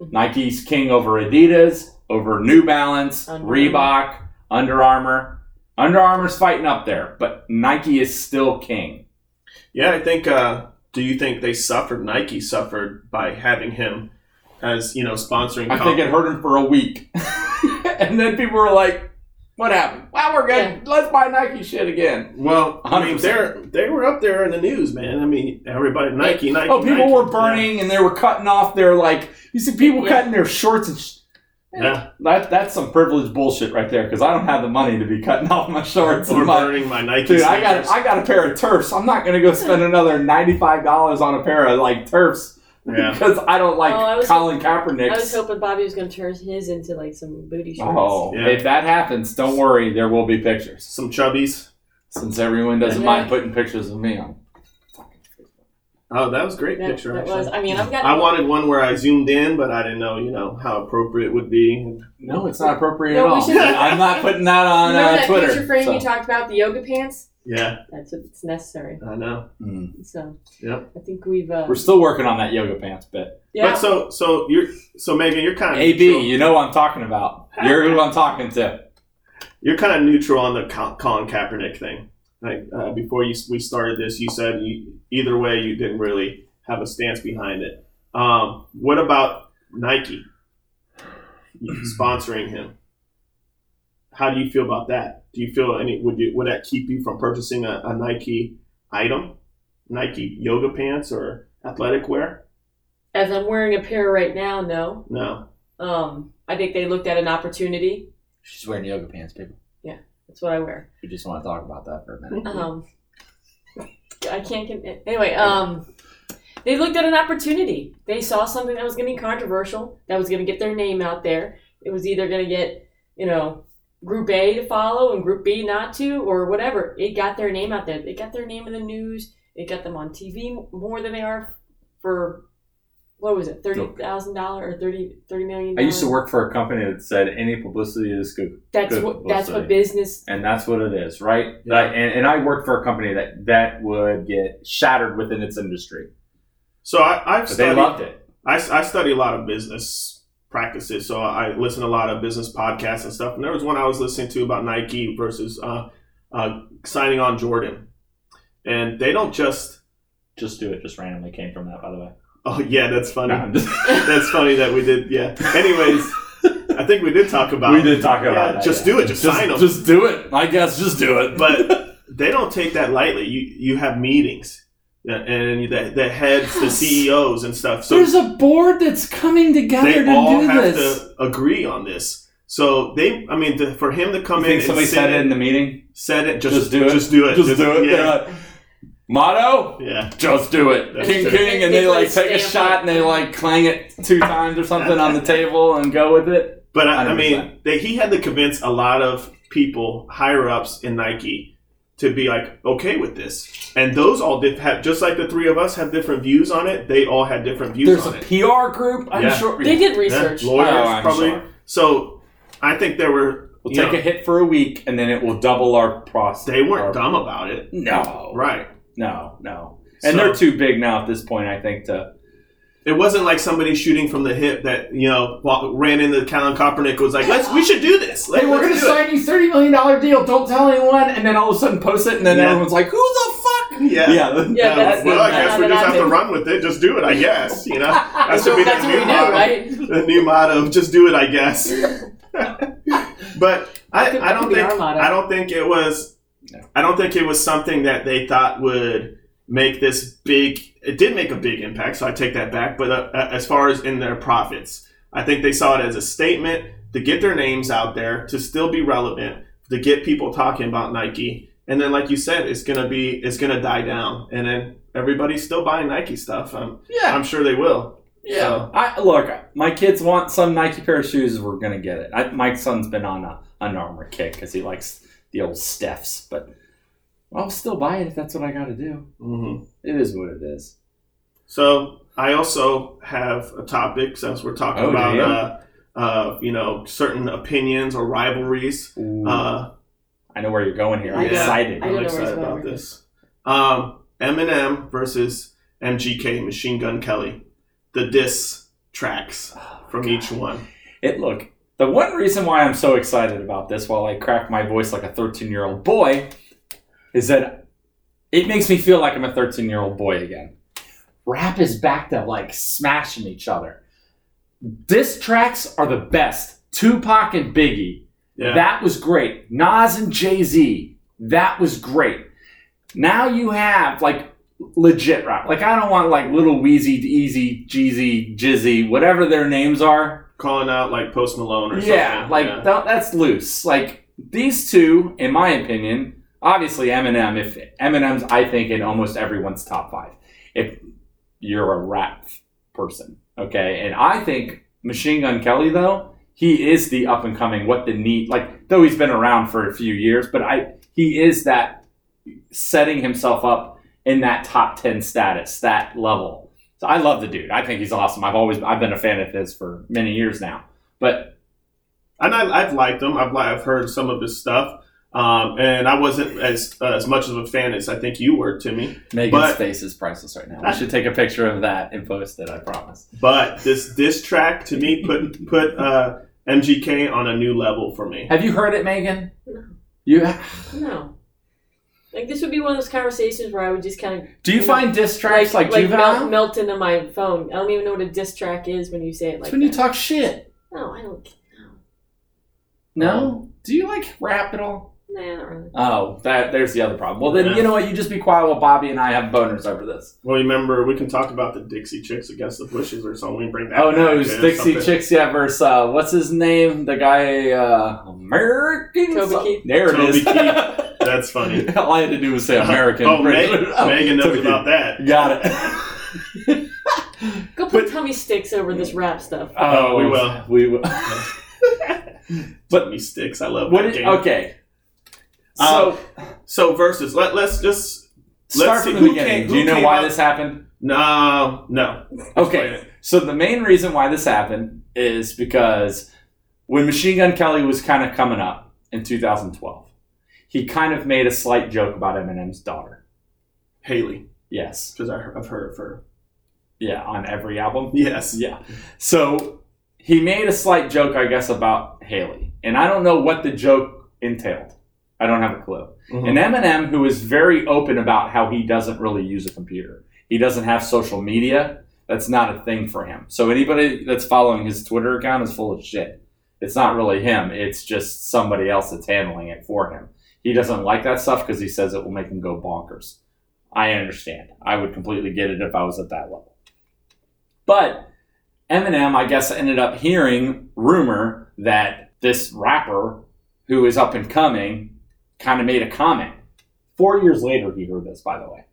Nike's king over Adidas, over New Balance, Under Reebok, Under Armour. Under Armour's fighting up there, but Nike is still king. Yeah, I think. Uh, do you think they suffered? Nike suffered by having him as you know sponsoring. I think it hurt him for a week. and then people were like, what happened? Wow, we're good. Let's buy Nike shit again. Well, I mean, 100%. they're they were up there in the news, man. I mean, everybody Nike, Nike. Oh, people Nike. were burning and they were cutting off their, like, you see people Yeah. cutting their shorts and sh- Yeah, That that's some privileged bullshit right there because I don't have the money to be cutting off my shorts. yeah. And Or my, burning my Nike. dude, I got sneakers. I got a pair of turfs. I'm not gonna go spend another ninety five dollars on a pair of like turfs Yeah. because I don't like Oh, I was- Colin I was Kaepernick's. hoping Bobby was going to turn his into like some booty shorts. Oh, Yeah. if that happens, don't worry, there will be pictures Some chubbies. since everyone doesn't Yeah. mind putting pictures of me on. Oh, that was a great that, picture. that actually. was. I mean, I've got. I wanted one where I zoomed in, but I didn't know, you know, how appropriate it would be. No, it's not appropriate No, at we all. should- I'm not putting that you on remember uh, that Twitter. picture frame so- you talked about, the yoga pants? Yeah, That's what's necessary. I know. Mm. So. Yep. I think we've. Uh, We're still working on that yoga pants bit. yeah. But so, so you're, so Megan, you're kind of AB, you know what I'm talking about. You're who I'm talking to. you're kind of neutral on the Col- Colin Kaepernick thing. Like uh, before you, we started this, you said you, either way you didn't really have a stance behind it. Um, what about Nike sponsoring him? How do you feel about that? Do you feel any? Would you would that keep you from purchasing a, a Nike item, Nike yoga pants or athletic wear? As I'm wearing a pair right now, no. No. Um, I think they looked at an opportunity. She's wearing yoga pants, people. That's what I wear. We just want to talk about that for a minute. Um, I can't get anyway. Um, they looked at an opportunity. They saw something that was going to be controversial, that was going to get their name out there. It was either going to get you know Group A to follow and Group B not to, or whatever. It got their name out there. It got their name in the news. It got them on TV more than they are for what was it thirty thousand dollars or 30, 30 million. I used to work for a company that said any publicity is good, That's good what that's what publicity. business. and that's what it is, right? Like, and, and I worked for a company that that would get shattered within its industry, So I, I've but they studied. loved it. I, I study a lot of business practices, so I listen to a lot of business podcasts and stuff. And there was one I was listening to about Nike versus uh, uh, signing on Jordan, and they don't just. Just do it. Just randomly came from that, by the way. Oh yeah, that's funny. No, I'm just- That's funny that we did. Yeah. Anyways, I think we did talk about. we did talk Yeah, about that. just yeah. do it. Just, sign them. Just do it. I guess just do it. but they don't take that lightly. You you have meetings, yeah, and the, the heads, the Yes. CEOs, and stuff. So there's a board that's coming together they to all do have this. to agree on this. So they, I mean, to, for him to you come in, think and somebody sit said it in- in the meeting? said it. Just, Just do it. Just do it. Just, do it. They're Yeah. like, Motto? yeah. Just do it. That's King true. King, and they like take a Stamp shot and they like clang it two times or something on the table and go with it. But I, I 100%. mean, they, he had to convince a lot of people, higher ups in Nike, to be like okay with this. And those all did have just like the three of us have different views on it. They all had different views There's a on it. PR group. I'm Yeah. sure They did Yeah, research. lawyers Oh, I'm probably. sure. So I think there were. We'll you take know, a hit for a week and then it will double our process. they weren't dumb about it, No. right? No, no. And So- they're too big now at this point, I think, to. It wasn't like somebody shooting from the hip that you know wa- ran into Colin Kaepernick was like, "Let's we should do this. Let, Hey, we're going let's to do it." sign you $30 million deal. Don't tell anyone. And then all of a sudden post it, and then Yeah. everyone's like, who the fuck? Yeah. Yeah. Yeah, that's well, I that's guess not we just have to happened. run with it. Just do it, I guess. You know, That's, should be that's the what we new do, model. right? the new motto: just do it, I guess. but I, That could- I that could don't be think our motto. I don't think it was. No. I don't think it was something that they thought would make this big. It did make a big impact, so I take that back. But uh, as far as in their profits, I think they saw it as a statement to get their names out there, to still be relevant, to get people talking about Nike. And then, like you said, it's gonna be it's gonna die down, and then everybody's still buying Nike stuff. I'm Yeah. I'm sure they will. Yeah. I, look, my kids want some Nike pair of shoes. We're gonna get it. I, my son's been on a an armor kick because he likes the old Stephs, but I'll still buy it if that's what I got to do. Mm-hmm. It is what it is. So I also have a topic since we're talking Oh, about yeah. uh, uh, you know certain opinions or rivalries. Mm. Uh, I know where you're going here. I'm yeah. excited. I'm I don't know where excited it's going about with this. Um, Eminem versus MGK, Machine Gun Kelly, the diss tracks from each one. It look the one reason why I'm so excited about this, while I crack my voice like a 13 year old boy, is that it makes me feel like I'm a 13 year old boy again. Rap is back to like smashing each other. Diss tracks are the best. Tupac and Biggie, Yeah, that was great. Nas and Jay Z, that was great. Now you have like legit rap. Like I don't want like little Wheezy, Easy, Jeezy, Jizzy, whatever their names are calling out like Post Malone or yeah, something. like That, that's loose. Like these two, in my opinion, obviously Eminem. If Eminem's, I think in almost everyone's top five. If you're a rap person, okay, and I think Machine Gun Kelly though he is the up and coming. What the need like though he's been around for a few years, but I he is that setting himself up in that top ten status, that level. So I love the dude. I think he's awesome. I've always I've been a fan of his for many years now. But and I, I've liked him. I've li- I've heard some of his stuff, um, and I wasn't as as much of a fan as I think you were, Timmy. Megan's But- face is priceless right now. I should take a picture of that and post it. I promise. But this diss track to me put put uh, MGK on a new level for me. Have you heard it, Megan? No. You ha- No. Like this would be one of those conversations where I would just kind of do you No. find diss tracks like, juvenile? melt, melt into my phone. I don't even know what a diss track is when you say it like It's when you that. talk shit. no, I don't. No. Do you like rap at all? Nah, not really. Oh, that there's the other problem. Well, then Yeah. you know what? You just be quiet while Bobby and I have boners over this. Well, remember we can talk about the Dixie Chicks against the Bushes or something. We can bring that. oh no, it back was or Dixie something. Chicks yeah versus uh, what's his name? The guy uh, American. Toby some- Keith. There it Toby is. That's funny. all I had to do was say American. oh, Meg- Oh, Megan knows Toby Keith. about that. Got it. Go put tummy sticks over this rap stuff. Oh, We will. We will. But me sticks. I love What that did, game. okay. Um, So Uh, so versus. Let let's just start see, from the who beginning. came- Do you who know came why up- this happened? no no. Explain Okay. it. So the main reason why this happened is because when Machine Gun Kelly was kind of coming up in 2012, he kind of made a slight joke about Eminem's daughter. Haley Yes. because I've heard of her. Yeah, on every album. Yes. Yeah. So he made a slight joke, I guess, about Haley. And I don't know what the joke entailed. I don't have a clue. Mhm. And Eminem, who is very open about how he doesn't really use a computer, he doesn't have social media. That's not a thing for him. So anybody that's following his Twitter account is full of shit. It's not really him. It's just somebody else that's handling it for him. He doesn't like that stuff because he says it will make him go bonkers. I understand. I would completely get it if I was at that level. But Eminem, I guess, ended up hearing rumor that this rapper who is up and coming kind of made a comment. Four years later, he heard this, by the way.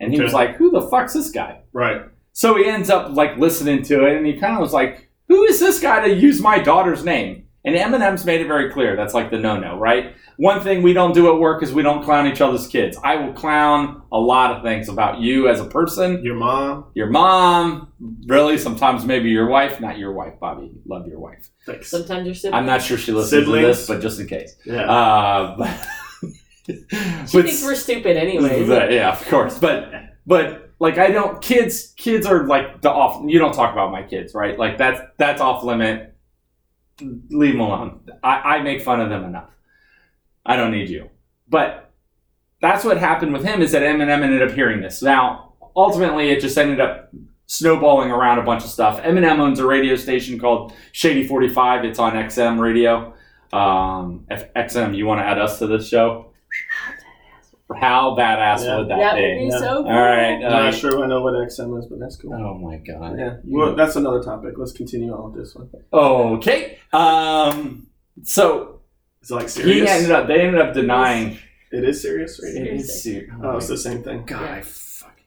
And he was Okay. like, who the fuck's this guy? Right. So he ends up like listening to it and he kind of was like, who is this guy to use my daughter's name? And Eminem's made it very clear. That's like the no no, right? One thing we don't do at work is we don't clown each other's kids. I will clown a lot of things about you as a person, Your mom. your mom, really, sometimes maybe your wife, not your wife, Bobby. Love your wife. Thanks. Sometimes you're sipping. I'm not sure she listens to Siblings? this, but just in case. Yeah. Uh, She thinks we're stupid anyway. That- yeah, of course. But but like I don't kids kids are like the off you don't talk about my kids, right? Like that's that's off limit. Leave them alone. I, I make fun of them enough. I don't need you. But that's what happened with him is that Eminem ended up hearing this. Now, ultimately it just ended up snowballing around a bunch of stuff. Eminem owns a radio station called Shady 45. It's on XM radio. Um, if XM, you want to add us to this show? How badass Yeah. would that, That be? would be Yeah. so cool. All right. I'm uh, not sure I know what XM is, but that's cool. oh my god. Yeah. Well, that's another topic. Let's continue on with this one. Okay. Um. So It's like he serious. ended up. They ended up denying. it is serious. Right? It is ser- Oh, my it's the same thing. God. Yeah. I fucking.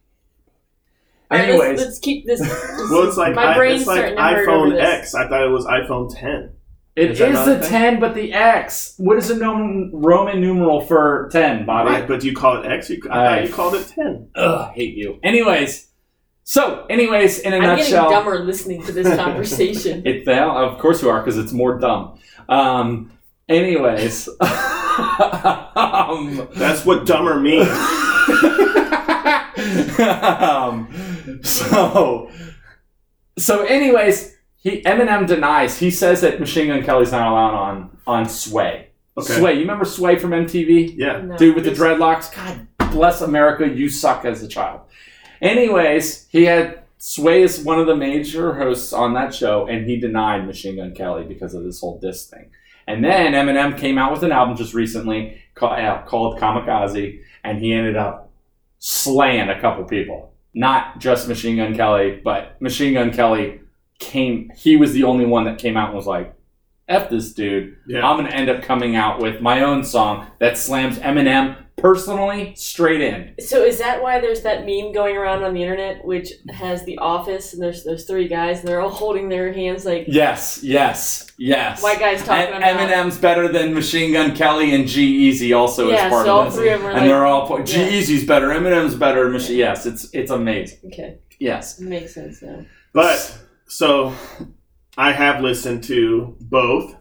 All right, Anyways, let's, let's keep this. this- Well, it's like my I, brain's it's like starting to hurt over iPhone this. X. I thought it was iPhone 10. it is, Is that not a the thing? ten, but the X. What is the nom- Roman numeral for ten, Bobby? Right, but do you call it X? You, I I- thought you called it 10. Ugh, hate you. Anyways, so anyways, in a I'm getting nutshell, dumber listening to this conversation. It well, of course you are, because it's more dumb. Um, anyways, um, That's what dumber means. um, so, so, anyways, he Eminem denies. He says that Machine Gun Kelly's not allowed on on Sway. Okay. Sway, you remember Sway from MTV? Yeah. No. Dude with the Yes. dreadlocks. God bless America. You suck as a child. Anyways, he had Sway is one of the major hosts on that show, and he denied Machine Gun Kelly because of this whole diss thing. And then Eminem came out with an album just recently called, uh, called Kamikaze, and he ended up slaying a couple people. Not just Machine Gun Kelly, but Machine Gun Kelly came. He was the only one that came out and was like, "F this dude." Yeah. I'm going to end up coming out with my own song that slams Eminem personally straight in. So is that why there's that meme going around on the internet, which has the office and there's those three guys and they're all holding their hands like Yes, yes, yes. white guys talking And about Eminem's better than Machine Gun Kelly and G Easy also yeah, is part so all of this. three of them are And like, they're all po- G yeah. Easy's better, Eminem's better. Machine, yes, it's it's amazing. okay, Yes, makes sense now. But so I have listened to both,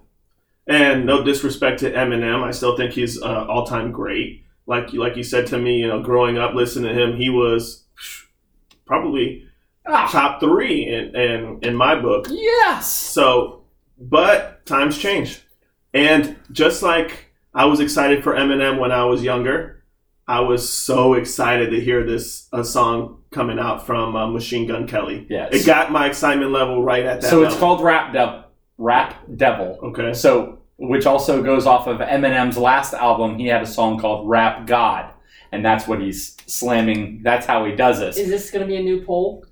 and no disrespect to Eminem, I still think he's uh, all time great. Like you, like you said to me, you know, growing up listening to him, he was probably ah, top three in, in in my book. yes. So, but times change, and just like I was excited for Eminem when I was younger, I was so excited to hear this a song coming out from uh, Machine Gun Kelly. Yes. It got my excitement level right at that. so it's level. called Rap Devil. Rap Devil. okay. So, which also goes off of Eminem's last album. He had a song called Rap God, and that's what he's slamming. That's how he does this. Is this going to be a new poll?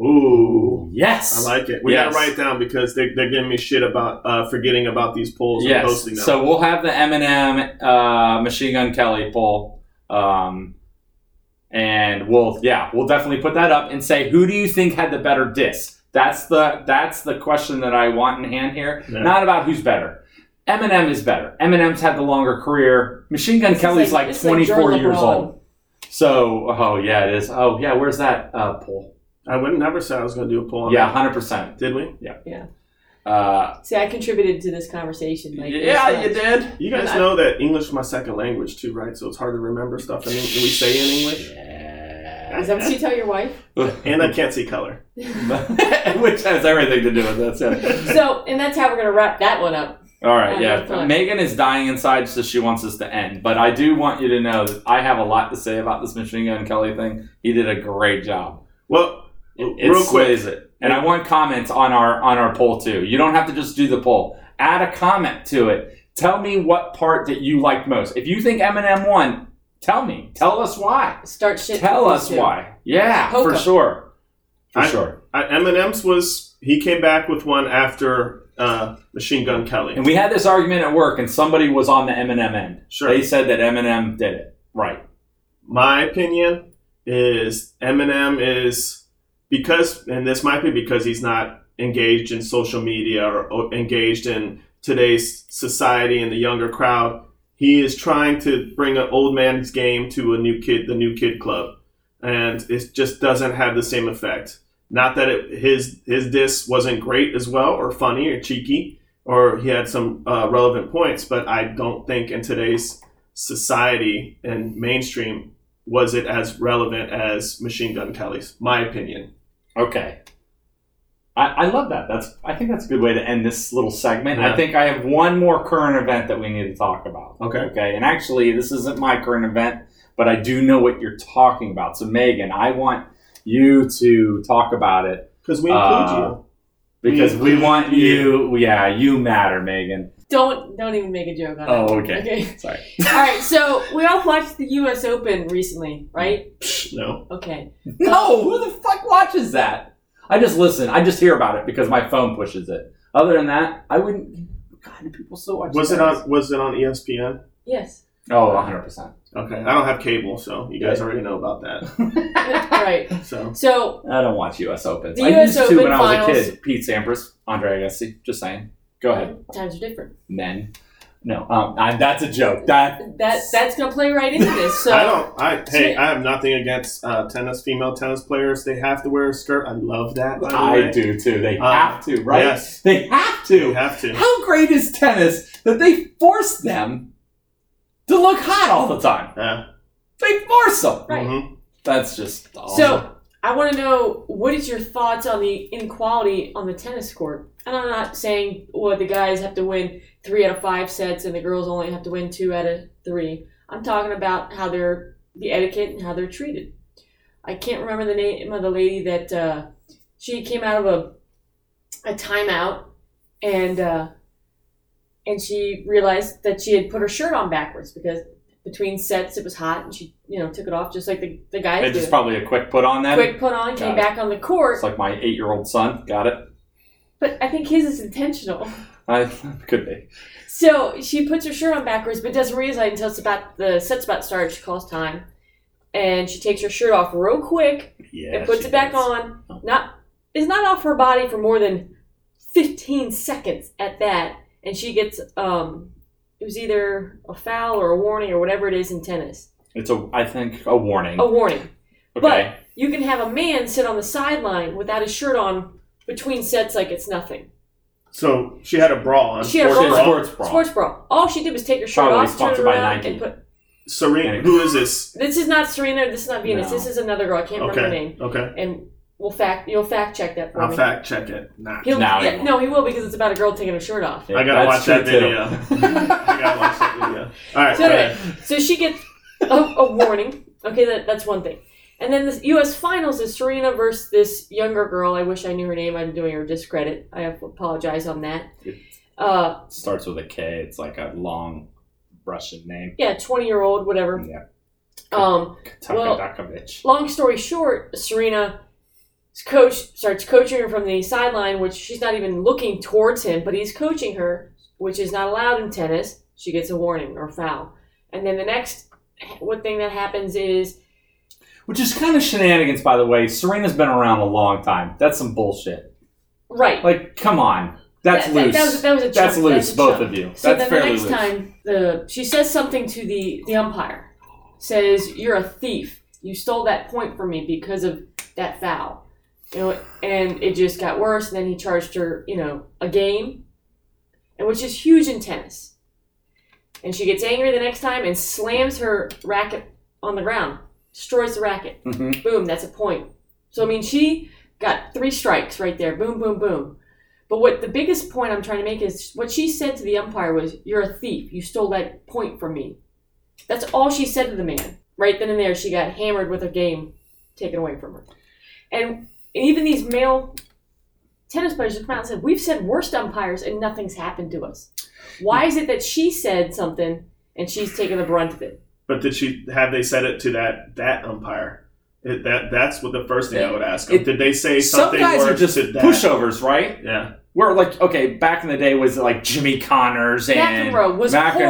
Ooh, Yes. I like it. We Yes. gotta write it down because they, they're giving me shit about uh, forgetting about these polls and yes. posting them. So we'll have the Eminem uh, Machine Gun Kelly poll. Um, and we'll yeah, we'll definitely put that up and say who do you think had the better diss? That's the that's the question that I want in hand here. Yeah. Not about who's better. Eminem is better. Eminem's had the longer career. Machine Gun This is Kelly's like, this is 24 Jordan years LeBron. old. So, oh yeah, it is. Oh yeah, where's that uh, poll? I would never say I was gonna do a poll. On Yeah, hundred percent. that. did we? Uh, See, I contributed to this conversation. Like, yeah, there's you did. You guys And I- know that English is my second language too, right? So it's hard to remember stuff in, that we say in English, not- Is that what you tell your wife? and I can't see color. which has everything to do with this. Yeah. so, and that's how we're going to wrap that one up. All right, Alright, yeah. fine. Megan is dying inside, so she wants us to end. But I do want you to know that I have a lot to say about this Machine Gun Kelly thing. He did a great job. Well, It, it real quick, slays it. And I want comments on our on our poll too. You don't have to just do the poll. Add a comment to it. Tell me what part that you liked most. If you think Eminem won, tell me. Tell us why. Start shit. Tell with us these two. why. Yeah, Poke for 'em. sure. For I- sure. I, Eminem's was he came back with one after uh, Machine Gun Kelly. And we had this argument at work, and somebody was on the Eminem end. sure, They said that Eminem did it. Right. my opinion is Eminem is because, and this might be because he's not engaged in social media or, or engaged in today's society and the younger crowd. He is trying to bring an old man's game to a new kid, the new kid club, and it just doesn't have the same effect. Not that it, his his diss wasn't great as well, or funny, or cheeky, or he had some uh, relevant points, but I don't think in today's society and mainstream was it as relevant as Machine Gun Kelly's? My opinion. Okay. I, I love that. That's I think that's a good way to end this little segment. Yeah. I think I have one more current event that we need to talk about. Okay. Okay. And actually, this isn't my current event, but I do know what you're talking about. So Megan, I want you to talk about it Because we include Uh, because we Mm-hmm. want you. Yeah, you matter, Megan. Don't don't even make a joke on Oh, it. okay. Okay. Sorry. All right. So we all watched the U.S. Open recently, right? you. Psh, no. Okay. No, who the fuck watches that? I just listen. I just hear about it because my phone pushes it. Other than that, I wouldn't. God, do people still watch? Was it tennis? on? Was it on E ESPN? Yes. Oh, 100 percent. Okay. I don't have cable, so you guys already know about that. All right. So So I don't watch U.S. Opens. The I US used Open to when I was finals- a kid. Pete Sampras, Andre Agassi. Just saying. Go ahead, times are different. men. No, um, I, that's a joke. That That that's gonna play right into this. So I don't. I hey, So- I have nothing against uh, tennis female tennis players. They have to wear a skirt. I love that. By the way. I do too. They Uh, have to, right? Yes, They have you to. have to. How great is tennis that they force them to look hot all the time? Yeah. They force them. Right. Mhm. That's just awesome. So I want to know what is your thoughts on the inequality on the tennis court? And I'm not saying well the guys have to win three out of five sets and the girls only have to win two out of three. I'm talking about how they're the etiquette and how they're treated. I can't remember the name of the lady that uh, she came out of a a timeout and uh, and she realized that she had put her shirt on backwards because between sets it was hot and she you know took it off just like the, the guys It's do just probably a quick put on them. quick put on, Got came it. back on the court. It's like my eight-year-old son. Got it? but I think his is intentional. I could be. So she puts her shirt on backwards, but doesn't realize until it's about the set's about to start. She calls time, and she takes her shirt off real quick Yeah. and puts it back on. Not is not off her body for more than fifteen seconds at that, and she gets um. It was either a foul or a warning or whatever it is in tennis. It's a, I think, a warning. A warning. okay. You can have a man sit on the sideline without his shirt on between sets like it's nothing. So she had a bra on. She had a Sports Sports, bra bra. sports bra. Sports bra. All she did was take her shirt Probably off, turn it sponsored by around, Nike. and put. Serena, who is this? This is not Serena. This is not Venus. No. This is another girl. I can't remember her Okay. name. Okay. And we'll fact. You'll fact check that for I'll me. fact check it. Nah. He'll, No, he yeah, won't. no, he will because it's about a girl taking her shirt off. Yeah, I gotta that's watch that true, too. video. I gotta watch that video. All right. So go ahead. anyway, so she gets a, a warning. Okay, that, that's one thing. And then this U.S. Finals is Serena versus this younger girl. I wish I knew her name. I'm doing her discredit. I apologize on that. Uh, Starts with a K. It's like a long Russian name. yeah, 20 year old, whatever. Yeah. Um, Well- Dukovich. long story short, Serena's coach starts coaching her from the sideline, which she's not even looking towards him, but he's coaching her, which is not allowed in tennis. She gets a warning or foul. And then the next one thing that happens is Which is kind of shenanigans, by the way. Serena's been around a long time. That's some bullshit. right. Like, come on. That's that, loose. That, was, that was a chump. That's loose, a both chump. of you. So That's then the fairly next loose. time, the she says something to the the umpire, says, "You're a thief. You stole that point from me because of that foul." You know, and it just got worse. And then he charged her, you know, a game, and which is huge in tennis. And she gets angry the next time and slams her racket on the ground, destroys the racket. Mm-hmm. Mhm. Boom, that's a point. So I mean, she got three strikes right there. Boom, boom, boom. But what the biggest point I'm trying to make is what she said to the umpire was, "You're a thief. You stole that point from me." That's all she said to the man. Right then and there, she got hammered with her game taken away from her. And even these male tennis players have come out and said, "We've said worst umpires, and nothing's happened to us. Why is it that she said something and she's taking the brunt of it?" But did she have they said it to that that umpire? It- that that's what the first thing I would ask. Them. It- did they say Some something? guys are worse just to that? pushovers, right? Yeah, We're like, okay, back in the day was like Jimmy Connors and McEnroe was horrible.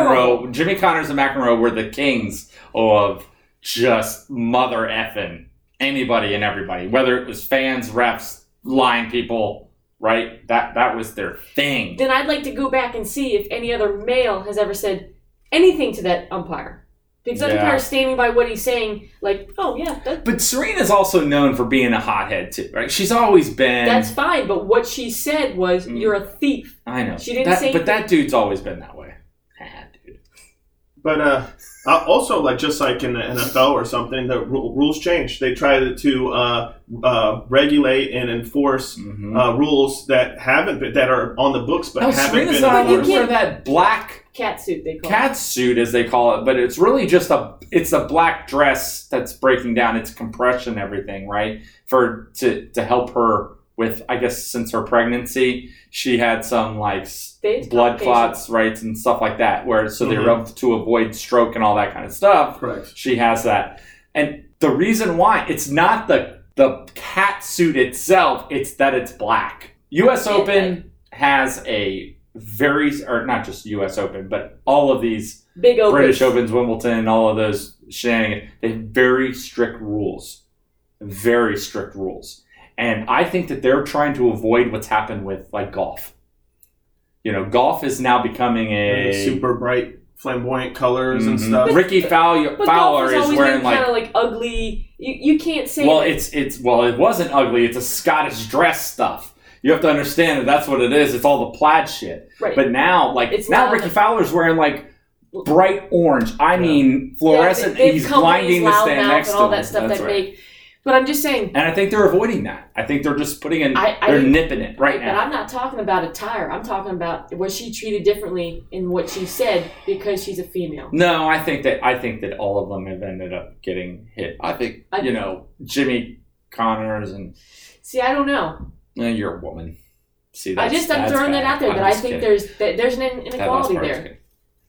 McEnroe. Jimmy Connors and McEnroe were the kings of just mother effing anybody and everybody, whether it was fans, refs, lying people, right? That that was their thing. then I'd like to go back and see if any other male has ever said anything to that umpire. Because that Yeah. umpire's standing by what he's saying, like, oh yeah, that, But Serena's also known for being a hothead too, right? She's always been. that's fine. But what she said was, Mm. "You're a thief." I know. She didn't That- say but that dude's always been that way. Ah, dude. But uh, I- also, like just like in the NFL or something, the ru- rules change. They try to, to uh, uh, regulate and enforce Mhm. uh, rules that haven't been, that are on the books but Now, haven't Serena's been not allowed to enforced. wear that black Cat suit, they call cat suit, as they call it, but it's really just a it's a black dress that's breaking down its compression, everything, right? For to to help her with, I guess, since her pregnancy, she had some like s- it. They- blood patients. clots, right, and stuff like that. Where so they're Mhm. up to avoid stroke and all that kind of stuff. Correct. She has that. And the reason why it's not the the cat suit itself, it's that it's black. US Yeah. Open has a very or not just US Open, but all of these Big open. British Opens, Wimbledon, all of those shenanigans, they have very strict rules. Very strict rules. And I think that they're trying to avoid what's happened with like golf. You know, golf is now becoming And a Super bright, flamboyant colors and Mhm. stuff. Ricky Fowler, But golf Fowler has is always wearing been like kind of like ugly. You, you can't say Well, that. it's it's well, it wasn't ugly. It's a Scottish dress stuff. You have to understand that that's what it is. It's all the plaid shit. right. But now, like It's now, loud. Ricky Fowler's wearing like bright orange. I Yeah. mean, fluorescent. Yeah, they- they've he's come with blinding these the loud stand mouth next and all to him. that stuff That's that right. make. But I'm just saying, And I think they're avoiding that. I think they're just putting in. I- I they're didn't- nipping it right but now. I'm not talking about attire. I'm talking about was she treated differently in what she said because she's a female. No, I think that I think that all of them have ended up getting hit. I think I- you know Jimmy Connors and See, I don't know. eh, you're a woman. See, I that's, just I'm that's throwing bad. that out there I'm that I just think kidding. there's that there's an That last inequality part was there. good.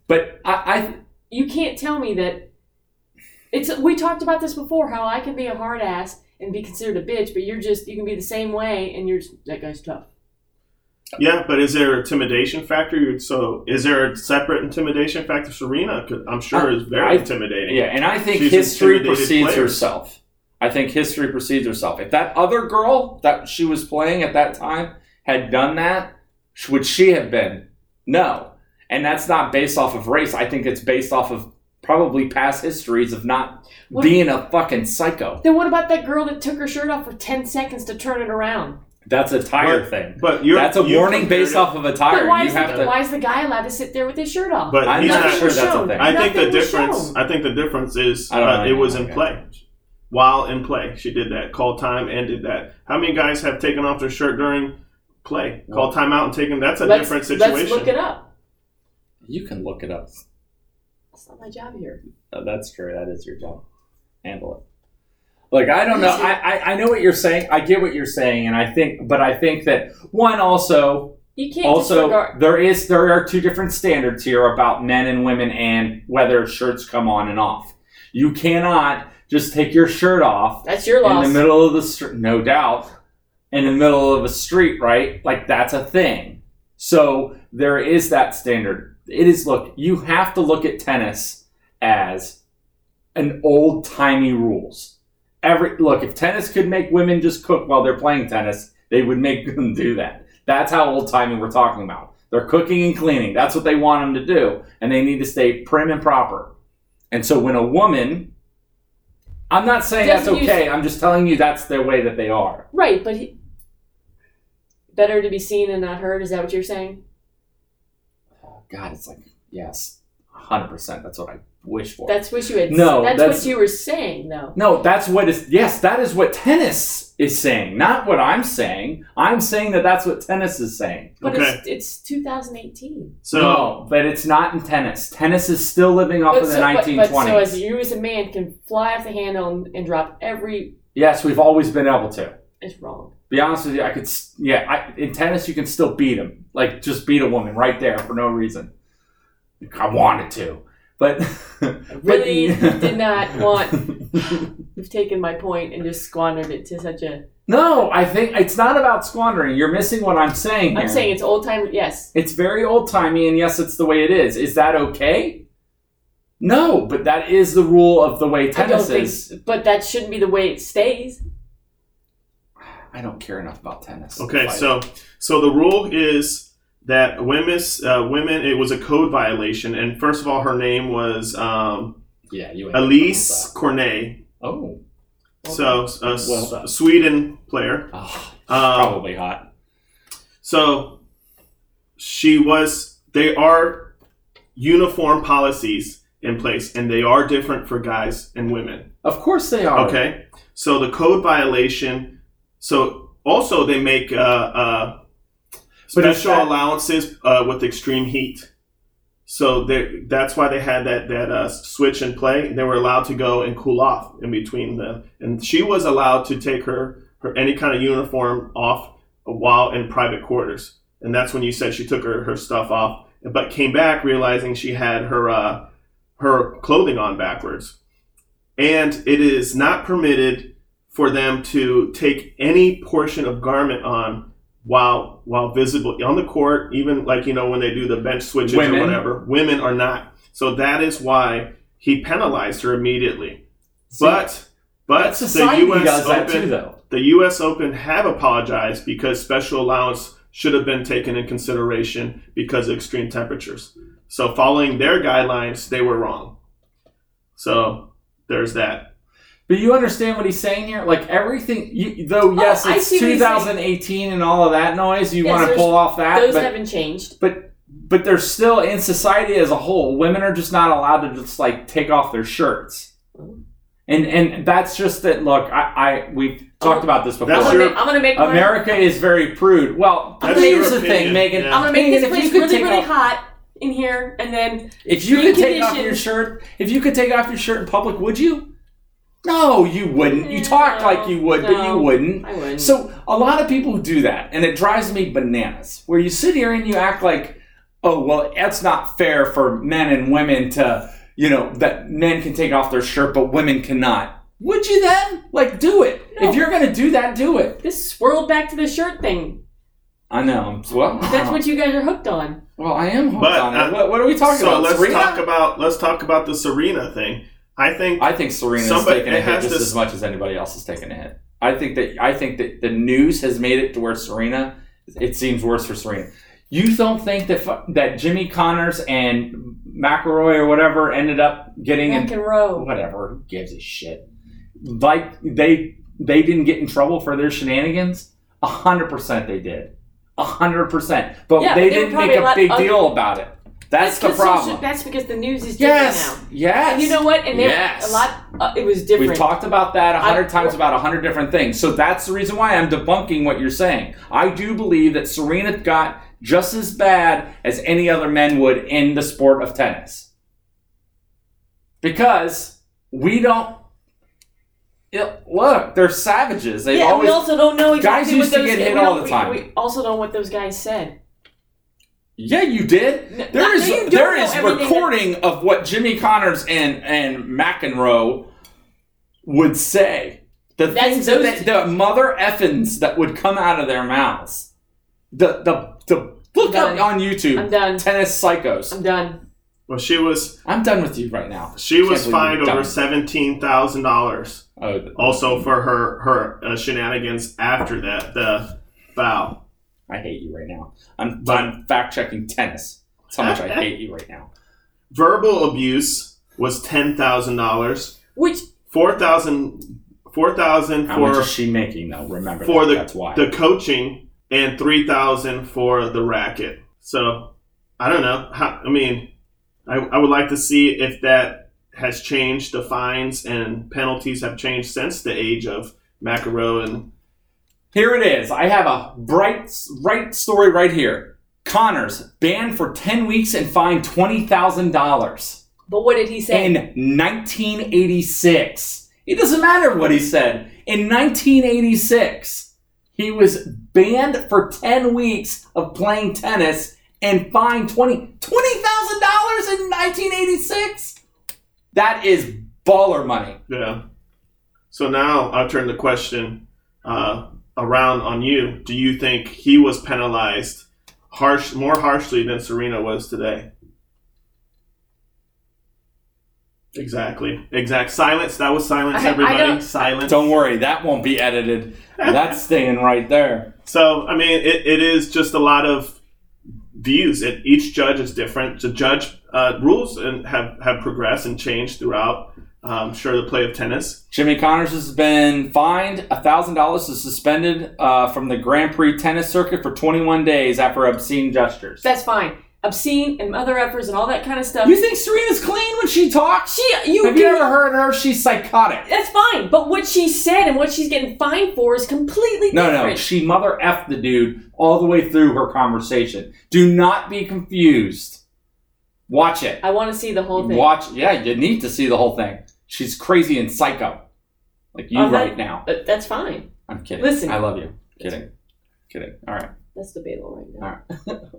But I, I You can't tell me that it's. We talked about this before. How I can be a hard ass and be considered a bitch, but you're just you can be the same way and you're just, that guy's tough. Yeah, but is there an intimidation factor? You- So is there a separate intimidation factor? Serena, could, I'm sure, is very I- intimidating. Yeah, and I think She's history intimidated precedes players. herself. I think history precedes herself. If that other girl that she was playing at that time had done that, sh- would she have been? No. And that's not based off of race. I think it's based off of probably past histories of not What- being a fucking psycho. Then what about that girl that took her shirt off for ten seconds to turn it around? That's a tire But- thing. But you're, that's a you warning compared based it- off of a But tire. why You is, the, have to. why is the guy allowed to sit there with his shirt off? But I'm he's not not sure that's a shown. thing. I think the Nothing was difference. shown. I think the difference is I don't know uh, it was in anything play, while in play. She did that. Called time and did that. How many guys have taken off their shirt during play? Well- Called timeout and taken. That's a let's, different Let's look situation. it up. you can look it up. That's not my job here. Oh, that's true. That is your job. Handle it. Like I don't know. I, I I know what you're saying. I get what you're saying, and I think, but I think that one also You can't also disregard. there is there are two different standards here about men and women and whether shirts come on and off. You cannot just take your shirt off That's your in loss. the middle of the street, no doubt, in the middle of a street, right? Like that's a thing. So there is that standard. It is look, you have to look at tennis as an old timey rules. Every look, if tennis could make women just cook while they're playing tennis, they would make them do that. That's how old timey we're talking about. They're cooking and cleaning. That's what they want them to do, and they need to stay prim and proper. And so when a woman, I'm not saying Doesn't that's use- okay. I'm just telling you that's their way that they are. Right, but he, better to be seen and not heard. Is that what you're saying? God, it's like yes, hundred percent. That's what I wish for. That's what you had. No, that's, that's- what you were saying, though. No, that's what is. Yes, that is what tennis is saying, not what I'm saying. I'm saying that that's what tennis is saying. But it's, it's 2018. So no, but it's not in tennis. Tennis is still living off but of the so, but- 1920s. but so as you as a man can fly off the handle and, and drop every. yes, we've always been able to. It's wrong. Be honest with you, I could. s- Yeah, I, in tennis you can still beat him. Like just beat a woman right there for no reason. I wanted to, but I really But- did not want. You've taken my point and just squandered it to such a. no, I think it's not about squandering. You're missing what I'm saying. I'm here. saying it's old time. Yes. It's very old timey, and yes, it's the way it is. Is that okay? No, but that is the rule of the way I don't tennis think, is. but that shouldn't be the way it stays. I don't care enough about tennis. okay, Like, so so the rule is that women uh, women it was a code violation, and first of all, her name was um, yeah, you ain't Elise Cornet. Oh, So a s- Well done. Sweden player. oh Um, probably hot. So she was. They are uniform policies. in place, and they are different for guys and women. Of course they are. Okay, so the code violation. So also they make uh, uh, But if special that- allowances uh, with extreme heat. So they- that's why they had that that uh, switch and play. They were allowed to go and cool off in between them, and she was allowed to take her her any kind of uniform off while in private quarters. And that's when you said she took her, her stuff off, but came back realizing she had her uh, her clothing on backwards. And it is not permitted for them to take any portion of garment on while while visible on the court, even like you know when they do the bench switches Women. or whatever. Women are not. So that is why he penalized her immediately. See, but but the society U.S. does that Open too, though. the U.S. Open have apologized because special allowance should have been taken in consideration because of extreme temperatures. So, following their guidelines, they were wrong. So, there's that. But you understand what he's saying here? Like everything, you, though. Yes, Oh, I it's see what he's saying. 2018 and all of that noise. You Yes, want to there's- pull off that, Those but haven't changed. but but they're still in society as a whole. Women are just not allowed to just like take off their shirts, Mhm. and and that's just that. Look, I, I we've talked about this before. I'm That's gonna, your- make, I'm gonna make mine- America is very prude. Well, That's here's your the thing, opinion, Megan. yeah. I'm gonna make Megan, this if you place could really, take really off- hot in here, and then If you Extreme could take off your conditions. shirt, if you could take off your shirt in public, would you? No, you wouldn't. You talk No, like you would, but you no. wouldn't. I wouldn't. So a lot of people do that, and it drives me bananas. Where you sit here and you act like, oh well, that's not fair for men and women to, you know, that men can take off their shirt but women cannot. Would you then? Like, do it. No. If you're gonna do that, do it. this swirled back to the shirt thing. I know. Well, That's what you guys are hooked on. well, I am hooked But, on that. uh, What, what are we talking so about? let's Serena? talk about let's talk about the Serena thing. I think I think Serena's Somebody- taking a it hit has just to- as much as anybody else is taking a hit. I think that I think that the news has made it to where Serena. It seems worse for Serena. You don't think that fu- that Jimmy Connors and McElroy or whatever ended up getting Rock in and row. whatever? Who gives a shit? Like they they didn't get in trouble for their shenanigans. A hundred percent they did. A hundred percent. But Yeah, they, they were didn't probably make a a lot big of- deal about it. That's the 'cause social- problem. that's because the news is different yes. now. Yes. And you know what? And there Yes. a lot. Uh, it was different. We've talked about that a hundred I- times about a hundred different things. So that's the reason why I'm debunking what you're saying. I do believe that Serena got just as bad as any other men would in the sport of tennis. Because we don't Yeah, look, they're savages. They've yeah, and always we also don't know exactly used what to those get hit we don't- all the we- time. We, also don't know what those guys said. Yeah, you did. No, There no, is you don't there know is everything that- recording of what Jimmy Connors and and McEnroe would say. The That's things that those they, the mother effins that would come out of their mouths. The the the look I'm up done. on YouTube. I'm done. Tennis psychos. I'm done. well, she was I'm done with you right now. she Can't was believe you're fined over done. seventeen thousand dollars Oh, also for her her uh, shenanigans after that the foul. I hate you right now. I'm But- I'm fact checking tennis. That's how much I hate you right now. Verbal abuse was ten thousand dollars. Which Four thousand, four thousand How much for is she making though? Remember for that. the- that's why. the coaching and 3000 for the racket. So, I don't know. How, I mean, I, I would like to see if that has changed. The fines and penalties have changed since the age of McEnroe and Here it is. I have a bright, right story right here. Connors banned for 10 weeks and fined $20,000 but what did he say? in 1986. It doesn't matter what he said. In 1986, he was banned for 10 weeks of playing tennis and fined 20 $20,000 in 1986. That is baller money. yeah. So now I'll turn the question uh, around on you. Do you think he was penalized harsh, more harshly than Serena was today? Exactly. Exact silence. That was silence, I- I everybody. don't- silence. Don't worry, that won't be edited. That's staying right there. So I mean, it, it is just a lot of views. It, each judge is different. The judge uh, rules and have have progressed and changed throughout. Um, sure, the play of tennis. Jimmy Connors has been fined thousand dollars and suspended uh, from the Grand Prix tennis circuit for 21 days after obscene gestures. That's fine. obscene and mother effers and all that kind of stuff. You think Serena's clean when she talks? she, you, Have you ever heard her? She's psychotic. That's fine, but what she said and what she's getting fined for is completely No, different. no, she mother effed the dude all the way through her conversation. Do not be confused. Watch it. I want to see the whole thing. Watch. Yeah, you need to see the whole thing. She's crazy and psycho, like you Uh-huh. right now. But that's fine. I'm kidding. Listen. I love you. Kidding. Kidding. All right. That's debatable right now.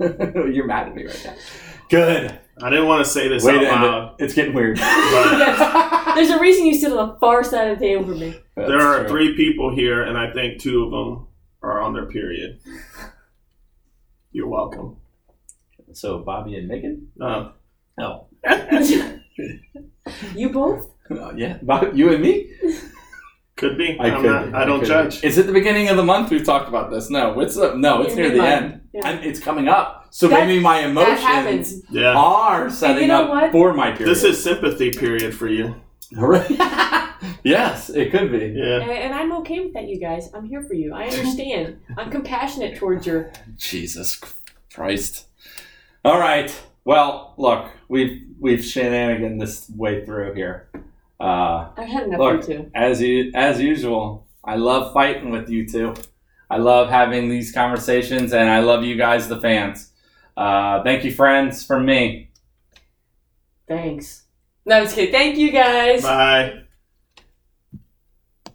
All You're mad at me right now. Good. I didn't want to say this Way out to end loud, it. It's getting weird. but Yes. There's a reason you sit on the far side of the table from me. there are three people here, and I think two of them are on their period. You're welcome. So Bobby and Megan. Um, No. you both? yeah. Bob, you and me. could be. I, am not, I don't could- judge. It's at the beginning of the month. We've talked about this. No. It's uh, no. It's In near the mid-month. end. Yeah. And it's coming up. So That- maybe my That emotions happens. Yeah. are setting know up what? for my period. This is sympathy period for you. yes, it could be. Yeah. And, and I'm okay with that, you guys. I'm here for you. I understand. I'm compassionate towards your. Jesus Christ. All right. Well, look, we've we've shenanigan this way through here. Uh, I've had enough Look. of you two. as you as usual, I love fighting with you two. I love having these conversations, and I love you guys, the fans. Uh, thank you, friends, from me. Thanks. No, I'm just kidding. Thank you guys. Bye.